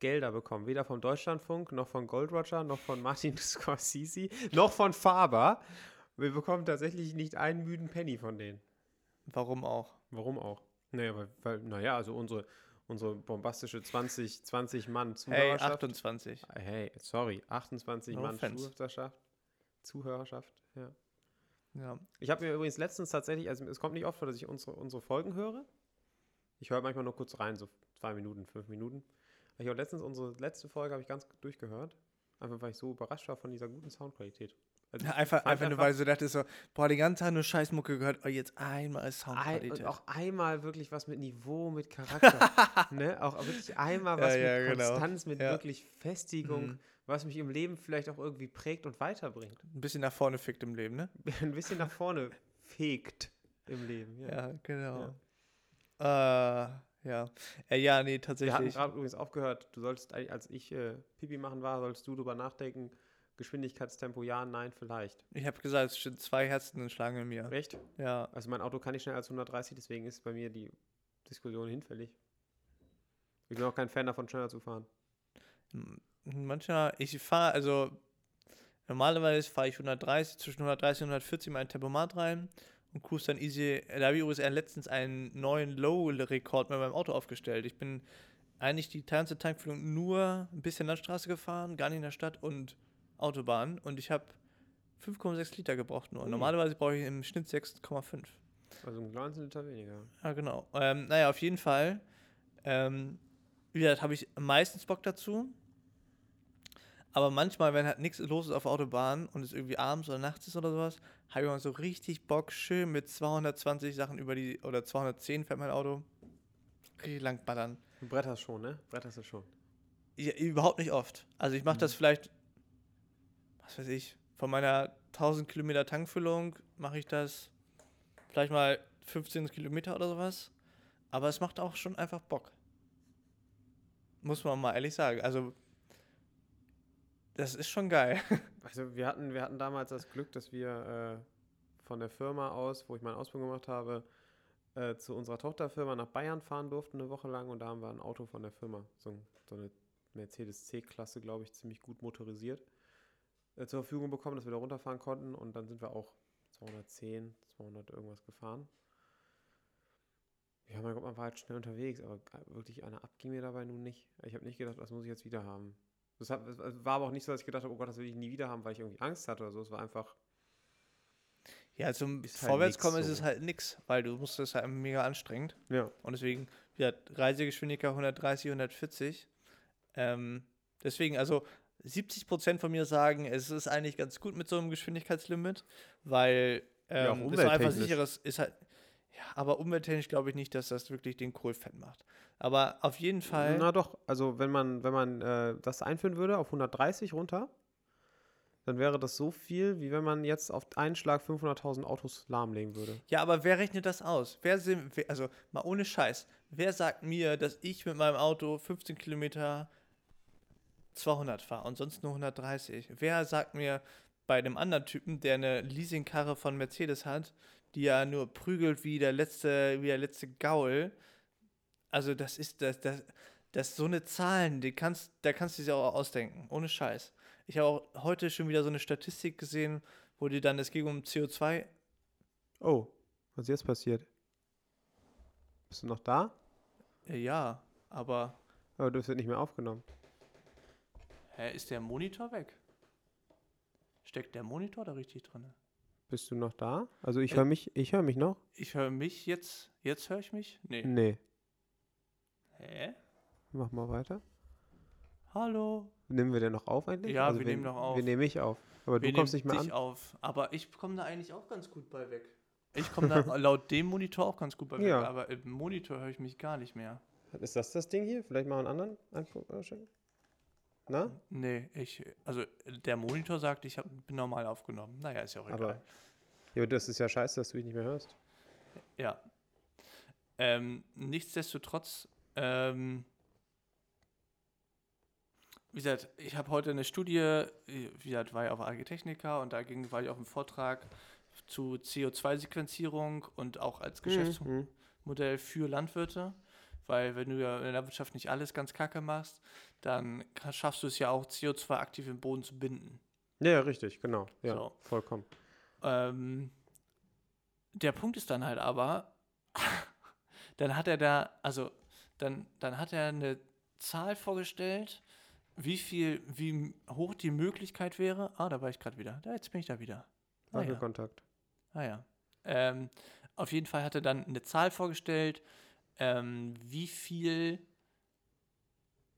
Speaker 2: Gelder bekommen. Weder vom Deutschlandfunk, noch von Gold Roger, noch von Martin Scorsese, noch von Faber. Wir bekommen tatsächlich nicht einen müden Penny von denen.
Speaker 1: warum auch?
Speaker 2: Warum auch? Naja, weil, weil naja, also unsere, unsere bombastische 20, 20 Mann
Speaker 1: Hey,
Speaker 2: Zuhörerschaft.
Speaker 1: 28.
Speaker 2: Hey, sorry, 28
Speaker 1: No
Speaker 2: Mann
Speaker 1: offense.
Speaker 2: Zuhörerschaft. Zuhörerschaft, ja.
Speaker 1: Ja.
Speaker 2: Ich habe mir übrigens letztens tatsächlich, also es kommt nicht oft vor, dass ich unsere, unsere Folgen höre. Ich höre manchmal nur kurz rein, so zwei Minuten, fünf Minuten. Aber Ich habe letztens unsere letzte Folge habe ich ganz durchgehört, einfach weil ich so überrascht war von dieser guten Soundqualität. Also ich
Speaker 1: Einfach,
Speaker 2: fand
Speaker 1: einfach nur, weil ich so dachte, so, boah, die ganze Zeit nur Scheißmucke gehört, oh, jetzt einmal
Speaker 2: ein,
Speaker 1: Soundqualität.
Speaker 2: und auch einmal wirklich was mit Niveau, mit Charakter, ne? Auch wirklich einmal was
Speaker 1: Ja, ja,
Speaker 2: mit
Speaker 1: genau.
Speaker 2: Konstanz, mit
Speaker 1: Ja. Mhm.
Speaker 2: wirklich Festigung, was mich im Leben vielleicht auch irgendwie prägt und weiterbringt.
Speaker 1: Ein bisschen nach vorne fickt im Leben, ne?
Speaker 2: Ein bisschen nach vorne fegt im Leben. Ja.
Speaker 1: Ja, genau. Äh, ja. Äh, ja, nee,
Speaker 2: Wir hatten
Speaker 1: tatsächlich.
Speaker 2: gerade übrigens aufgehört, du solltest, eigentlich, als ich äh, Pipi machen war, solltest du drüber nachdenken, Geschwindigkeitstempo ja, nein, vielleicht.
Speaker 1: Ich habe gesagt, es sind zwei Herzen und Schlangen in mir.
Speaker 2: Echt?
Speaker 1: Ja.
Speaker 2: Also mein Auto kann nicht schneller als 130, deswegen ist bei mir die Diskussion hinfällig. Ich bin auch kein Fan davon, schneller zu fahren.
Speaker 1: M- Hm, Manchmal, ich fahre, also normalerweise fahre ich 130, zwischen 130 und 140 mein Tempomat rein und cruise dann easy. Da habe ich übrigens letztens einen neuen Low-Rekord mit meinem Auto aufgestellt. Ich bin eigentlich die ganze Tankfüllung nur ein bisschen Landstraße gefahren, gar nicht in der Stadt und Autobahn und ich habe 5,6 Liter gebraucht nur.
Speaker 2: Ui.
Speaker 1: Normalerweise brauche ich im Schnitt 6,5.
Speaker 2: Also einen kleinen Liter weniger.
Speaker 1: Ja, genau. Ähm, naja, auf jeden Fall. Ähm, wie gesagt, habe ich meistens Bock dazu. Aber manchmal, wenn halt nichts los ist auf der Autobahn und es irgendwie abends oder nachts ist oder sowas, habe ich mal so richtig Bock, schön mit 220 Sachen über die, oder 210 fährt mein Auto, richtig lang ballern.
Speaker 2: Du bretterst schon, ne? Bretterst du schon.
Speaker 1: Ja, überhaupt nicht oft. Also ich mache
Speaker 2: Mhm.
Speaker 1: das vielleicht, was weiß ich, von meiner 1000 Kilometer Tankfüllung mache ich das vielleicht mal 15 Kilometer oder sowas. Aber es macht auch schon einfach Bock. Muss man mal ehrlich sagen. Also, das ist schon geil.
Speaker 2: Also wir hatten, wir hatten damals das Glück, dass wir äh, von der Firma aus, wo ich meine Ausbildung gemacht habe, äh, zu unserer Tochterfirma nach Bayern fahren durften eine Woche lang und da haben wir ein Auto von der Firma, so, ein- so eine Mercedes C-Klasse, glaube ich, ziemlich gut motorisiert, äh, zur Verfügung bekommen, dass wir da runterfahren konnten und dann sind wir auch 210, 200 irgendwas gefahren. Ja, mein Gott, man war halt schnell unterwegs, aber wirklich einer abging mir dabei nun nicht. Ich habe nicht gedacht, das muss ich jetzt wieder haben. Das hat, es war aber auch nicht so, dass ich gedacht habe, oh Gott, das will ich nie wieder haben, weil ich irgendwie Angst hatte oder so. Es war einfach,
Speaker 1: Ja, zum
Speaker 2: Ist halt
Speaker 1: Vorwärtskommen
Speaker 2: nix
Speaker 1: ist es
Speaker 2: so.
Speaker 1: halt nix, weil du musst das halt mega anstrengend.
Speaker 2: ja,
Speaker 1: Und deswegen, ja, Reisegeschwindigkeit 130, 140. Ähm, deswegen, also 70 Prozent von mir sagen, es ist eigentlich ganz gut mit so einem Geschwindigkeitslimit, weil
Speaker 2: Ja, auch
Speaker 1: ähm, das ist einfach
Speaker 2: umwelttechnisch.
Speaker 1: sicheres ist halt. Ja, aber umwelttechnisch glaube ich nicht, dass das wirklich den Kohl fett macht. Aber auf jeden Fall.
Speaker 2: Na doch, also wenn man, wenn man äh, das einführen würde auf 130 runter, dann wäre das so viel, wie wenn man jetzt auf einen Schlag 500.000 Autos lahmlegen würde.
Speaker 1: ja, aber wer rechnet das aus? Wer sind, wer, also mal ohne Scheiß, wer sagt mir, dass ich mit meinem Auto 15 Kilometer 200 fahre und sonst nur 130. Wer sagt mir bei einem anderen Typen, der eine Leasingkarre von Mercedes hat, die ja nur prügelt wie der letzte, wie der letzte Gaul, also das ist das, das, das so eine Zahlen, die kannst, da kannst du dir auch ausdenken, ohne Scheiß. Ich habe auch heute schon wieder so eine Statistik gesehen, wo die dann, es ging um CO2.
Speaker 2: Oh, was ist jetzt passiert? Bist du noch da?
Speaker 1: Äh, Ja, aber
Speaker 2: Aber das wird nicht mehr aufgenommen.
Speaker 1: hä, ist der Monitor weg? Steckt der Monitor da richtig drin?
Speaker 2: Bist du noch da? Also ich
Speaker 1: Äh,
Speaker 2: höre mich, ich höre mich noch? Hm.
Speaker 1: Ich höre mich jetzt. Jetzt höre ich mich? Nee.
Speaker 2: Nee.
Speaker 1: Hä?
Speaker 2: Mach mal weiter.
Speaker 1: Hallo.
Speaker 2: Nehmen wir den noch auf eigentlich? Also
Speaker 1: Ja, wir nehmen noch auf.
Speaker 2: Wir nehmen ich auf. Aber
Speaker 1: Wir
Speaker 2: du kommst
Speaker 1: nehmen
Speaker 2: nicht mehr
Speaker 1: dich
Speaker 2: an.
Speaker 1: auf. Aber ich komme da eigentlich auch ganz gut bei weg. Ich komme da laut dem Monitor auch ganz gut bei weg,
Speaker 2: Ja.
Speaker 1: aber im Monitor höre ich mich gar nicht mehr.
Speaker 2: Ist das das Ding hier? Vielleicht mal einen anderen angucken? anschauen? Na?
Speaker 1: Nee, ich, also äh, der Monitor sagt, ich hab, bin normal aufgenommen. Naja, ist ja auch egal.
Speaker 2: Aber, ja, aber das ist ja scheiße, dass du mich nicht mehr hörst.
Speaker 1: Ja. Ähm, nichtsdestotrotz, ähm, wie gesagt, ich habe heute eine Studie, äh, wie gesagt, war ja auf AG Technica und da ging, war ich auf einem Vortrag zu CO2-Sequenzierung und auch als Geschäftsmodell
Speaker 2: Mhm.
Speaker 1: für Landwirte. Weil wenn du ja in der Landwirtschaft nicht alles ganz kacke machst, dann ka- schaffst du es ja auch, CO2 aktiv im Boden zu binden.
Speaker 2: Ja, ja, richtig, genau. Ja,
Speaker 1: So.
Speaker 2: vollkommen.
Speaker 1: Ähm, der Punkt ist dann halt aber, dann hat er da, also dann, dann hat er eine Zahl vorgestellt, wie viel, wie m- hoch die Möglichkeit wäre. Ah, da war ich gerade wieder. Da, jetzt bin ich da wieder. Ah,
Speaker 2: Also
Speaker 1: ja.
Speaker 2: Wackelkontakt.
Speaker 1: Ah ja. Ähm, auf jeden Fall hat er dann eine Zahl vorgestellt, ähm, wie viel,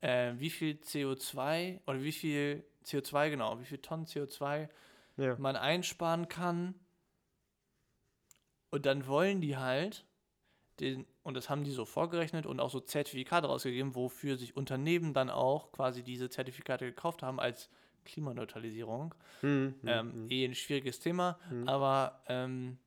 Speaker 1: äh, wie viel CO2 oder wie viel CO2 genau, wie viel Tonnen CO2
Speaker 2: Ja.
Speaker 1: man einsparen kann. Und dann wollen die halt den, und das haben die so vorgerechnet und auch so Zertifikate rausgegeben, wofür sich Unternehmen dann auch quasi diese Zertifikate gekauft haben als Klimaneutralisierung.
Speaker 2: Mhm, mhm,
Speaker 1: ähm,
Speaker 2: mhm.
Speaker 1: Eh ein schwieriges Thema,
Speaker 2: Mhm.
Speaker 1: aber ähm,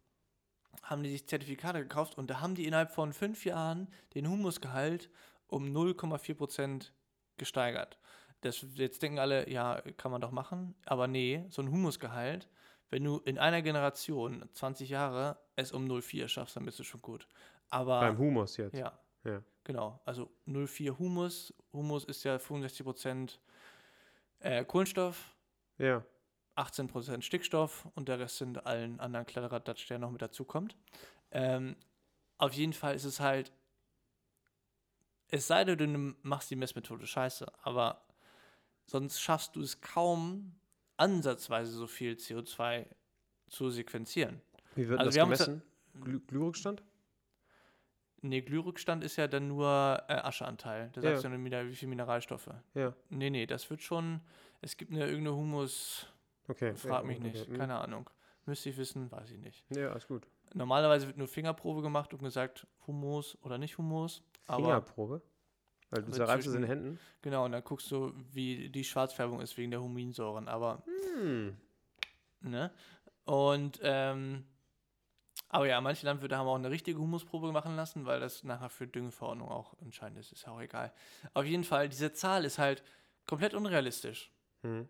Speaker 1: haben die sich Zertifikate gekauft und da haben die innerhalb von fünf Jahren den Humusgehalt um 0,4 Prozent gesteigert. Das, jetzt denken alle, ja, kann man doch machen, aber nee, so ein Humusgehalt, wenn du in einer Generation, 20 Jahre, es um 0,4 schaffst, dann bist du schon gut. Aber
Speaker 2: Beim Humus jetzt.
Speaker 1: ja.
Speaker 2: Ja.
Speaker 1: Genau. Also 04 Humus. Humus ist ja 65% äh, Kohlenstoff,
Speaker 2: Ja.
Speaker 1: 18% Stickstoff und der Rest sind allen anderen Kladderadatsch, der noch mit dazukommt. Ähm, auf jeden Fall ist es halt, es sei denn, du nimm- machst die Messmethode scheiße, aber sonst schaffst du es kaum, ansatzweise so viel CO2 zu sequenzieren.
Speaker 2: Wie wird
Speaker 1: Also wir
Speaker 2: das
Speaker 1: haben uns da-
Speaker 2: gemessen? Glü Glührückstand?
Speaker 1: Nee, Glührückstand ist ja dann nur äh, Ascheanteil. Da
Speaker 2: Ja.
Speaker 1: sagst du nur, wieder, wie viele Mineralstoffe.
Speaker 2: Ja.
Speaker 1: Nee, nee, das wird schon. Es gibt eine irgendeine Humus,
Speaker 2: Okay.
Speaker 1: frag
Speaker 2: ja,
Speaker 1: mich
Speaker 2: okay,
Speaker 1: nicht,
Speaker 2: mhm.
Speaker 1: keine Ahnung. Müsste ich wissen, weiß ich nicht.
Speaker 2: Ja, alles gut.
Speaker 1: Normalerweise wird nur Fingerprobe gemacht und gesagt, Humus oder nicht Humus. Aber
Speaker 2: Fingerprobe? Weil du
Speaker 1: Aber
Speaker 2: zerreibst es in den
Speaker 1: zwischen-
Speaker 2: Händen.
Speaker 1: genau, und dann guckst du, wie die Schwarzfärbung ist wegen der Huminsäuren. Aber,
Speaker 2: Hm.
Speaker 1: ne? Und, ähm, aber ja, manche Landwirte haben auch eine richtige Humusprobe machen lassen, weil das nachher für Düngeverordnung auch entscheidend ist. Ist ja auch egal. Auf jeden Fall, diese Zahl ist halt komplett unrealistisch.
Speaker 2: Hm.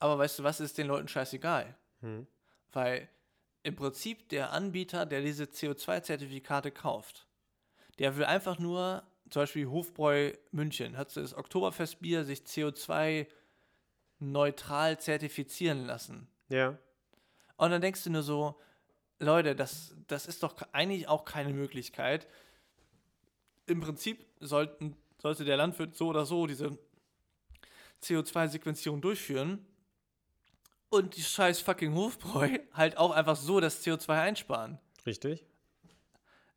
Speaker 1: Aber weißt du, was ist den Leuten scheißegal?
Speaker 2: Hm.
Speaker 1: Weil im Prinzip der Anbieter, der diese CO2-Zertifikate kauft, der will einfach nur, zum Beispiel Hofbräu München, hat das Oktoberfestbier sich CO2-neutral zertifizieren lassen.
Speaker 2: Ja.
Speaker 1: Und dann denkst du nur so, Leute, das, das ist doch eigentlich auch keine Möglichkeit. Im Prinzip sollten, sollte der Landwirt so oder so diese CO2-Sequenzierung durchführen und die scheiß fucking Hofbräu halt auch einfach so das CO2 einsparen.
Speaker 2: Richtig.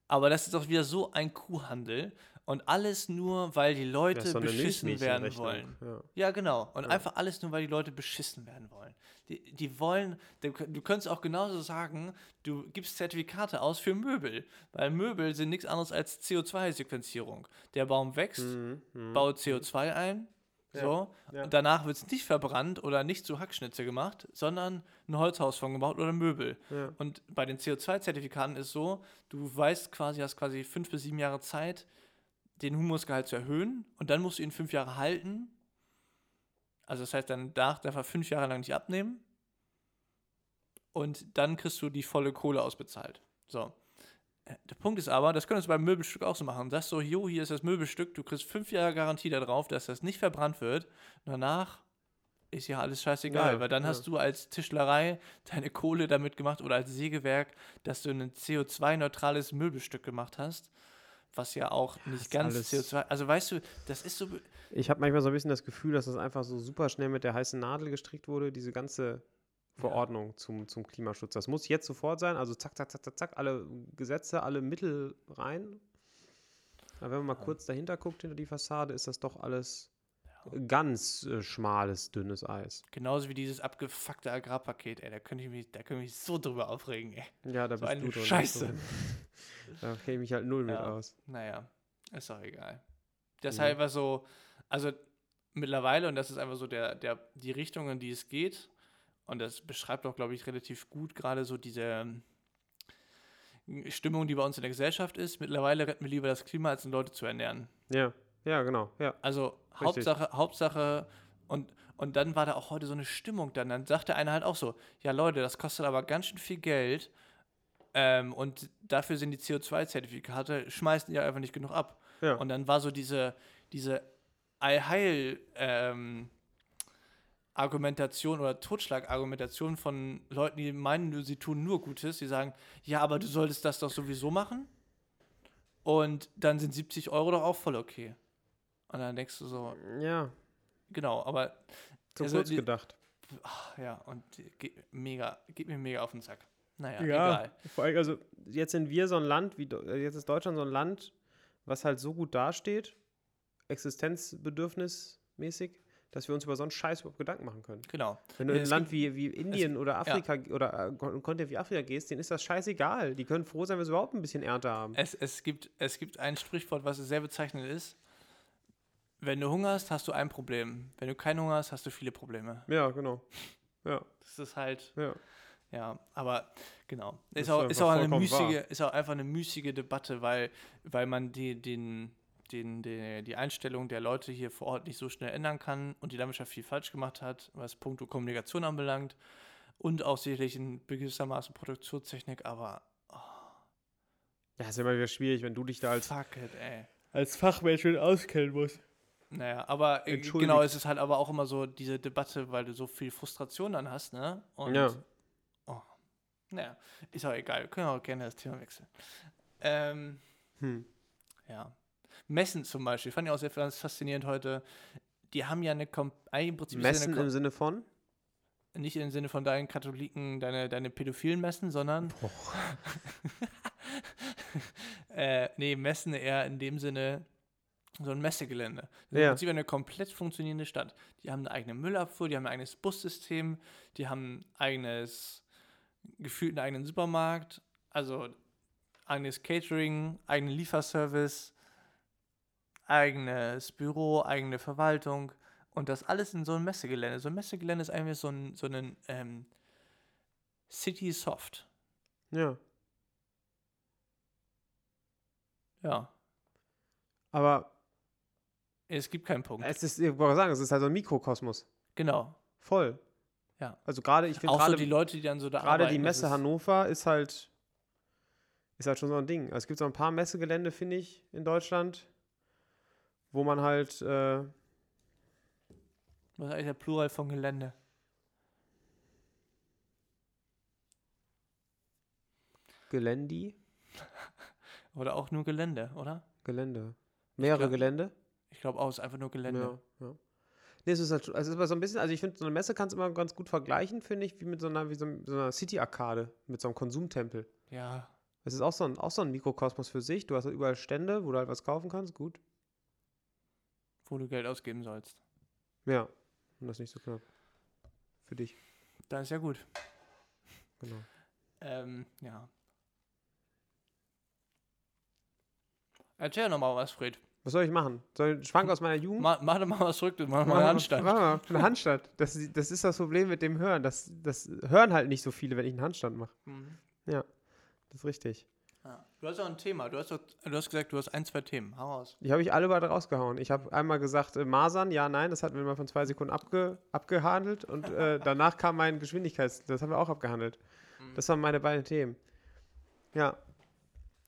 Speaker 1: Aber das ist doch wieder so ein Kuhhandel und alles nur, weil die Leute
Speaker 2: so eine
Speaker 1: beschissen werden
Speaker 2: Milchmädchenrechnung.
Speaker 1: wollen.
Speaker 2: Ja.
Speaker 1: Ja, genau. Und einfach alles nur, weil die Leute beschissen werden wollen. Die, die wollen, du kö- du könntest auch genauso sagen, du gibst Zertifikate aus für Möbel, weil Möbel sind nichts anderes als CO2-Sequenzierung. Der Baum wächst,
Speaker 2: Hm, hm.
Speaker 1: baut CO2 ein,
Speaker 2: Ja,
Speaker 1: so,
Speaker 2: ja.
Speaker 1: und danach wird es nicht verbrannt oder nicht zu Hackschnitze gemacht, sondern ein Holzhaus von gebaut oder Möbel.
Speaker 2: Ja.
Speaker 1: Und bei den CO2-Zertifikaten ist so, du weißt quasi, hast quasi fünf bis sieben Jahre Zeit, den Humusgehalt zu erhöhen und dann musst du ihn fünf Jahre halten. Also das heißt, dann darf darf er fünf Jahre lang nicht abnehmen und dann kriegst du die volle Kohle ausbezahlt. So. Äh, Der Punkt ist aber, das könntest du beim Möbelstück auch so machen. Sagst so, jo, hier ist das Möbelstück, du kriegst fünf Jahre Garantie darauf, dass das nicht verbrannt wird. Danach ist ja alles scheißegal,
Speaker 2: Ja,
Speaker 1: weil dann
Speaker 2: ja.
Speaker 1: hast du als Tischlerei deine Kohle damit gemacht oder als Sägewerk, dass du ein CO2-neutrales Möbelstück gemacht hast, was ja auch nicht ganz
Speaker 2: alles-
Speaker 1: CO2. Also weißt du, das ist so. be-
Speaker 2: Ich habe manchmal so ein bisschen das Gefühl, dass das einfach so super schnell mit der heißen Nadel gestrickt wurde, diese ganze Verordnung zum, zum Klimaschutz. Das muss jetzt sofort sein, also zack, zack, zack, zack, zack, alle Gesetze, alle Mittel rein. Aber wenn man mal kurz dahinter guckt, hinter die Fassade, ist das doch alles ganz äh, schmales, dünnes Eis.
Speaker 1: Genauso wie dieses abgefuckte Agrarpaket, ey. Da könnte ich mich, da könnte ich mich so drüber aufregen, ey.
Speaker 2: Ja, da
Speaker 1: So
Speaker 2: bist
Speaker 1: eine
Speaker 2: du drin.
Speaker 1: Scheiße.
Speaker 2: Da kenne ich mich halt null mit
Speaker 1: Ja.
Speaker 2: aus.
Speaker 1: Naja, ist doch egal. Das ist halt einfach so, also mittlerweile, und das ist einfach so der, der, die Richtung, in die es geht, und das beschreibt auch, glaube ich, relativ gut gerade so diese ähm, Stimmung, die bei uns in der Gesellschaft ist. Mittlerweile retten wir lieber das Klima, als die Leute zu ernähren.
Speaker 2: Ja, ja, genau. Ja.
Speaker 1: Also
Speaker 2: Richtig.
Speaker 1: Hauptsache, Hauptsache, und, und dann war da auch heute so eine Stimmung dann. Dann sagte einer halt auch so, ja Leute, das kostet aber ganz schön viel Geld. Ähm, und dafür sind die CO2-Zertifikate, schmeißen ja einfach nicht genug ab.
Speaker 2: Ja.
Speaker 1: Und dann war so diese, diese Allheil, ähm, Argumentation oder Totschlagargumentation von Leuten, die meinen, sie tun nur Gutes. Die sagen, ja, aber du solltest das doch sowieso machen. Und dann sind 70 Euro doch auch voll okay. Und dann denkst du so,
Speaker 2: ja,
Speaker 1: genau, aber
Speaker 2: zu
Speaker 1: Also
Speaker 2: kurz
Speaker 1: die-
Speaker 2: gedacht.
Speaker 1: ach, ja, und äh, geht, mega, geht mir mega auf den Sack. Naja, egal.
Speaker 2: vor allem, also jetzt sind wir so ein Land, wie Deu- jetzt ist Deutschland so ein Land, was halt so gut dasteht, existenzbedürfnismäßig, dass wir uns über so einen Scheiß überhaupt Gedanken machen können.
Speaker 1: Genau.
Speaker 2: Wenn du in
Speaker 1: Es
Speaker 2: ein Land wie, wie Indien oder
Speaker 1: ja.
Speaker 2: Afrika oder äh, Kon- Kontinent wie Afrika gehst, denen ist das scheißegal. Die können froh sein, wenn sie überhaupt ein bisschen Ernte haben.
Speaker 1: Es, es, gibt, es gibt ein Sprichwort, was sehr bezeichnend ist. Wenn du Hunger hast, hast du ein Problem. Wenn du keinen Hunger hast, hast du viele Probleme.
Speaker 2: Ja, genau. Ja,
Speaker 1: Das ist halt,
Speaker 2: ja.
Speaker 1: ja, aber genau. Ist,
Speaker 2: ist
Speaker 1: auch,
Speaker 2: einfach
Speaker 1: ist, auch eine
Speaker 2: vollkommen
Speaker 1: müßige, ist auch einfach eine müßige Debatte, weil, weil man die, den, den, den, die Einstellung der Leute hier vor Ort nicht so schnell ändern kann und die Landwirtschaft viel falsch gemacht hat, was puncto Kommunikation anbelangt und auch sicherlich in gewissermaßen Produktionstechnik, aber
Speaker 2: Ja, ist ja immer wieder schwierig, wenn du dich da als,
Speaker 1: fuck it, ey.
Speaker 2: als Fachmensch mit auskennen musst.
Speaker 1: Naja, aber äh,
Speaker 2: Entschuldigt.
Speaker 1: genau, es ist halt aber auch immer so diese Debatte, weil du so viel Frustration dann hast, ne? Und,
Speaker 2: Ja.
Speaker 1: Oh, naja, ist auch egal. Wir können auch gerne das Thema wechseln. Ähm,
Speaker 2: Hm.
Speaker 1: ja. Messen zum Beispiel, fand ich auch sehr ganz faszinierend heute. Die haben ja eine, kom- eigentlich im Prinzip ist ja
Speaker 2: Messen im
Speaker 1: eine,
Speaker 2: Sinne von?
Speaker 1: Kom- nicht im Sinne von deinen Katholiken, deine, deine pädophilen Messen, sondern äh, nee, Messen eher in dem Sinne so ein Messegelände. Das ist
Speaker 2: Ja.
Speaker 1: Im Prinzip eine komplett funktionierende Stadt. Die haben eine eigene Müllabfuhr, die haben ein eigenes Bussystem, die haben ein eigenes, gefühlt einen eigenen Supermarkt, also eigenes Catering, eigenen Lieferservice, eigenes Büro, eigene Verwaltung und das alles in so einem Messegelände. So ein Messegelände ist eigentlich so ein, so ein ähm, City Soft.
Speaker 2: Ja.
Speaker 1: Ja,
Speaker 2: Aber
Speaker 1: es gibt keinen Punkt.
Speaker 2: es ist, ich wollte sagen, es ist halt so ein Mikrokosmos.
Speaker 1: genau.
Speaker 2: Voll.
Speaker 1: Ja.
Speaker 2: Also gerade, ich finde
Speaker 1: Auch so die
Speaker 2: gerade
Speaker 1: Leute, die dann so da
Speaker 2: gerade
Speaker 1: arbeiten.
Speaker 2: die
Speaker 1: das
Speaker 2: Messe
Speaker 1: ist-
Speaker 2: Hannover ist halt, ist halt schon so ein Ding. Also es gibt so ein paar Messegelände, finde ich, in Deutschland, wo man halt, äh,
Speaker 1: Was ist eigentlich der Plural von Gelände?
Speaker 2: Gelendi,
Speaker 1: Oder auch nur Gelände, oder?
Speaker 2: Gelände. Mehrere
Speaker 1: glaub-
Speaker 2: Gelände.
Speaker 1: Ich glaube auch, es ist einfach nur Gelände.
Speaker 2: Ja, ja. Nee, es ist halt, schon- also es ist aber so ein bisschen, also ich finde, so eine Messe kannst du immer ganz gut vergleichen, finde ich, wie mit so einer, wie so, einem- so einer City-Arkade, mit so einem Konsumtempel.
Speaker 1: Ja.
Speaker 2: Es ist auch so, ein, auch so ein Mikrokosmos für sich. Du hast halt überall Stände, wo du halt was kaufen kannst. Gut.
Speaker 1: wo du Geld ausgeben sollst.
Speaker 2: Ja. Und das ist nicht so knapp. Für dich.
Speaker 1: Da ist ja gut.
Speaker 2: Genau.
Speaker 1: Ähm, ja. Erzähl doch mal was, Fred.
Speaker 2: Was soll ich machen? Soll ich Schwank aus meiner Jugend?
Speaker 1: Ma mach doch mal was zurück, du mach mal eine Handstand.
Speaker 2: Hm? Mach mal eine Handstand. Das, ist- das ist das Problem mit dem Hören. Das, das hören halt nicht so viele, wenn ich einen Handstand mache.
Speaker 1: Mhm.
Speaker 2: Das ist richtig.
Speaker 1: Ja. Du hast auch ein Thema. Du hast, doch, du hast gesagt, du hast ein, zwei Themen. Hau raus.
Speaker 2: Die habe ich alle beide rausgehauen. Ich habe einmal gesagt, äh, Masern, ja, nein, das hatten wir mal von zwei Sekunden abge, abgehandelt. Und äh, danach kam mein Geschwindigkeits-, das haben wir auch abgehandelt.
Speaker 1: Mhm.
Speaker 2: Das waren meine beiden Themen. Ja.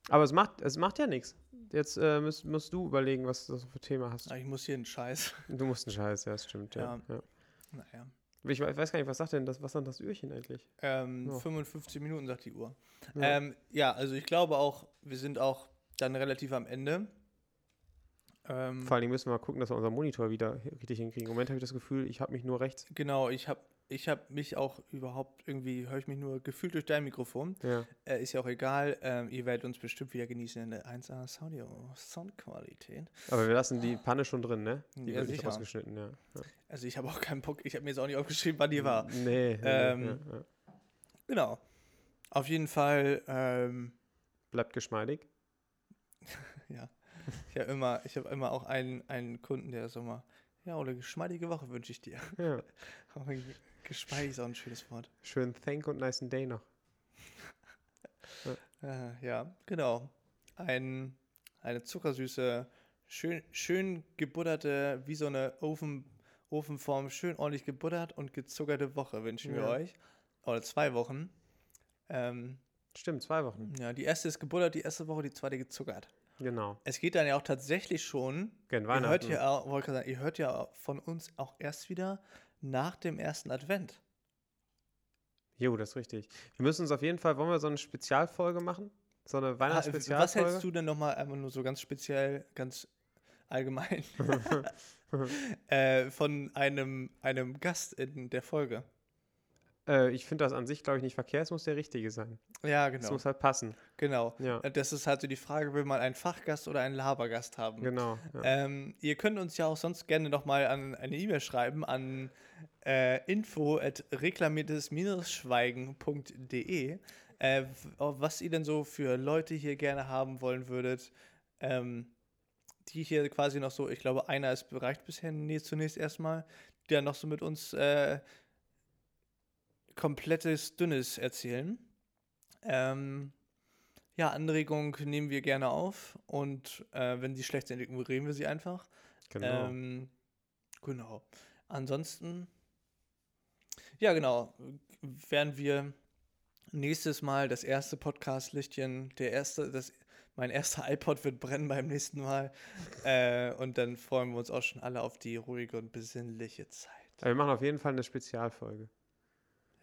Speaker 2: Aber es macht, es macht ja nichts. Jetzt äh, musst, musst du überlegen, was du für Thema hast.
Speaker 1: Ah, Ich muss hier einen Scheiß.
Speaker 2: Du musst einen Scheiß, ja, das stimmt. Ja. Ja.
Speaker 1: Naja.
Speaker 2: Ich we- weiß gar nicht, was sagt denn das, was sagt das Öhrchen eigentlich?
Speaker 1: Ähm,
Speaker 2: Ja.
Speaker 1: 55 Minuten, sagt die Uhr.
Speaker 2: Ja.
Speaker 1: Ja. Ähm, ja, also ich glaube auch, wir sind auch dann relativ am Ende. Ähm,
Speaker 2: Vor allen Dingen müssen wir mal gucken, dass wir unseren Monitor wieder richtig hinkriegen. Im Moment habe ich das Gefühl, ich habe mich nur rechts.
Speaker 1: genau, ich habe ich hab mich auch überhaupt irgendwie, höre ich mich nur gefühlt durch dein Mikrofon.
Speaker 2: Ja.
Speaker 1: Äh, ist ja auch egal. Ähm, ihr werdet uns bestimmt wieder genießen in der 1A Sound- Soundqualität.
Speaker 2: Aber wir lassen die Panne schon drin, ne? Die
Speaker 1: Ja,
Speaker 2: wird nicht
Speaker 1: sicher.
Speaker 2: ausgeschnitten, ja. ja.
Speaker 1: Also ich habe auch keinen Bock, ich habe mir jetzt auch nicht aufgeschrieben, wann die
Speaker 2: Mhm.
Speaker 1: war.
Speaker 2: Nee. nee,
Speaker 1: Ähm,
Speaker 2: nee, ja, ja.
Speaker 1: Genau. Auf jeden Fall, ähm,
Speaker 2: Bleibt geschmeidig.
Speaker 1: ich habe immer, ich habe immer auch einen, einen Kunden, der ist immer, ja, oder geschmeidige Woche wünsche ich dir.
Speaker 2: Ja.
Speaker 1: Aber ge- Geschmeidig ist auch ein schönes Wort.
Speaker 2: Schönen Thank und nice Day noch.
Speaker 1: Äh, ja, genau. Ein, eine zuckersüße, schön, schön gebutterte, wie so eine Ofen, Ofenform, schön ordentlich gebuttert und gezuckerte Woche wünschen wir
Speaker 2: Ja.
Speaker 1: euch. Oder zwei Wochen. Ähm,
Speaker 2: Stimmt, zwei Wochen.
Speaker 1: ja, die erste ist gebuttert, die erste Woche, die zweite gezuckert.
Speaker 2: Genau.
Speaker 1: Es geht dann ja auch tatsächlich schon.
Speaker 2: Gern
Speaker 1: Ihr hört,
Speaker 2: Weihnachten.
Speaker 1: ja auch, wollte gerade sagen, ihr hört ja von uns auch erst wieder nach dem ersten Advent.
Speaker 2: Jo, das ist richtig. Wir müssen uns auf jeden Fall, wollen wir so eine Spezialfolge machen? So eine
Speaker 1: Ah, Was
Speaker 2: Weihnachtsspezialfolge?
Speaker 1: hältst du denn nochmal einmal nur so ganz speziell, ganz allgemein äh, von einem, einem Gast in der Folge?
Speaker 2: Äh, ich finde das an sich, glaube ich, nicht verkehrt. Es muss der richtige sein.
Speaker 1: Ja,
Speaker 2: Es
Speaker 1: genau.
Speaker 2: muss halt passen.
Speaker 1: genau.
Speaker 2: Ja,
Speaker 1: Äh, Das ist halt so die Frage, will man einen Fachgast oder einen Labergast haben?
Speaker 2: genau. Ja.
Speaker 1: Ähm, ihr könnt uns ja auch sonst gerne nochmal an eine E-Mail schreiben an äh, info at reklamiertes-schweigen.de, äh, w- was ihr denn so für Leute hier gerne haben wollen würdet, ähm, die hier quasi noch so, ich glaube, einer ist bereicht bisher nee, zunächst erstmal, die dann noch so mit uns äh, komplettes Dünnes erzählen. Ähm, ja, Anregung nehmen wir gerne auf und äh, wenn sie schlecht sind, ignorieren wir sie einfach.
Speaker 2: genau.
Speaker 1: Ähm, genau. Ansonsten, ja, genau, werden wir nächstes Mal das erste Podcast-Lichtchen, der erste, das, mein erster iPod wird brennen beim nächsten Mal. äh, und dann freuen wir uns auch schon alle auf die ruhige und besinnliche Zeit.
Speaker 2: Aber wir machen auf jeden Fall eine Spezialfolge.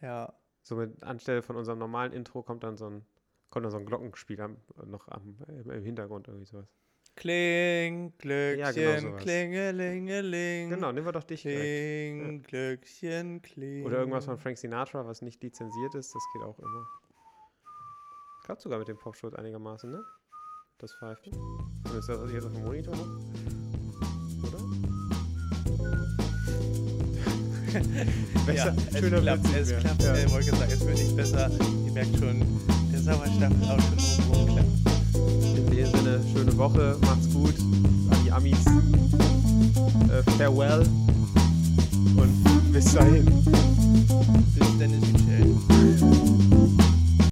Speaker 1: Ja,
Speaker 2: So mit, anstelle von unserem normalen Intro kommt dann so ein, kommt dann so ein Glockenspiel am, noch am, im, im Hintergrund irgendwie sowas.
Speaker 1: kling, Glöckchen,
Speaker 2: Ja, genau sowas.
Speaker 1: klingelingeling.
Speaker 2: Genau, nehmen wir doch dich direkt.
Speaker 1: Kling, Glöckchen, kling.
Speaker 2: Oder irgendwas von Frank Sinatra, was nicht lizenziert ist, das geht auch immer. Ich glaube sogar mit dem Popschutz einigermaßen, ne? Das Pfeifen. Und ist das, was ich jetzt auf dem Monitor habe? Oder?
Speaker 1: Ja,
Speaker 2: Besser,
Speaker 1: es
Speaker 2: schöner
Speaker 1: klappt,
Speaker 2: wird's nicht
Speaker 1: es
Speaker 2: mehr.
Speaker 1: klappt.
Speaker 2: Ja.
Speaker 1: Ja. wollte gerade sagen, es wird nicht besser. Ihr merkt schon, der Sauerstoff ist auch schon oben rumgeklappt.
Speaker 2: In dem Sinne, schöne Woche, macht's gut, an die Amis. Äh, farewell und bis dahin.
Speaker 1: Bis Dennis Michel.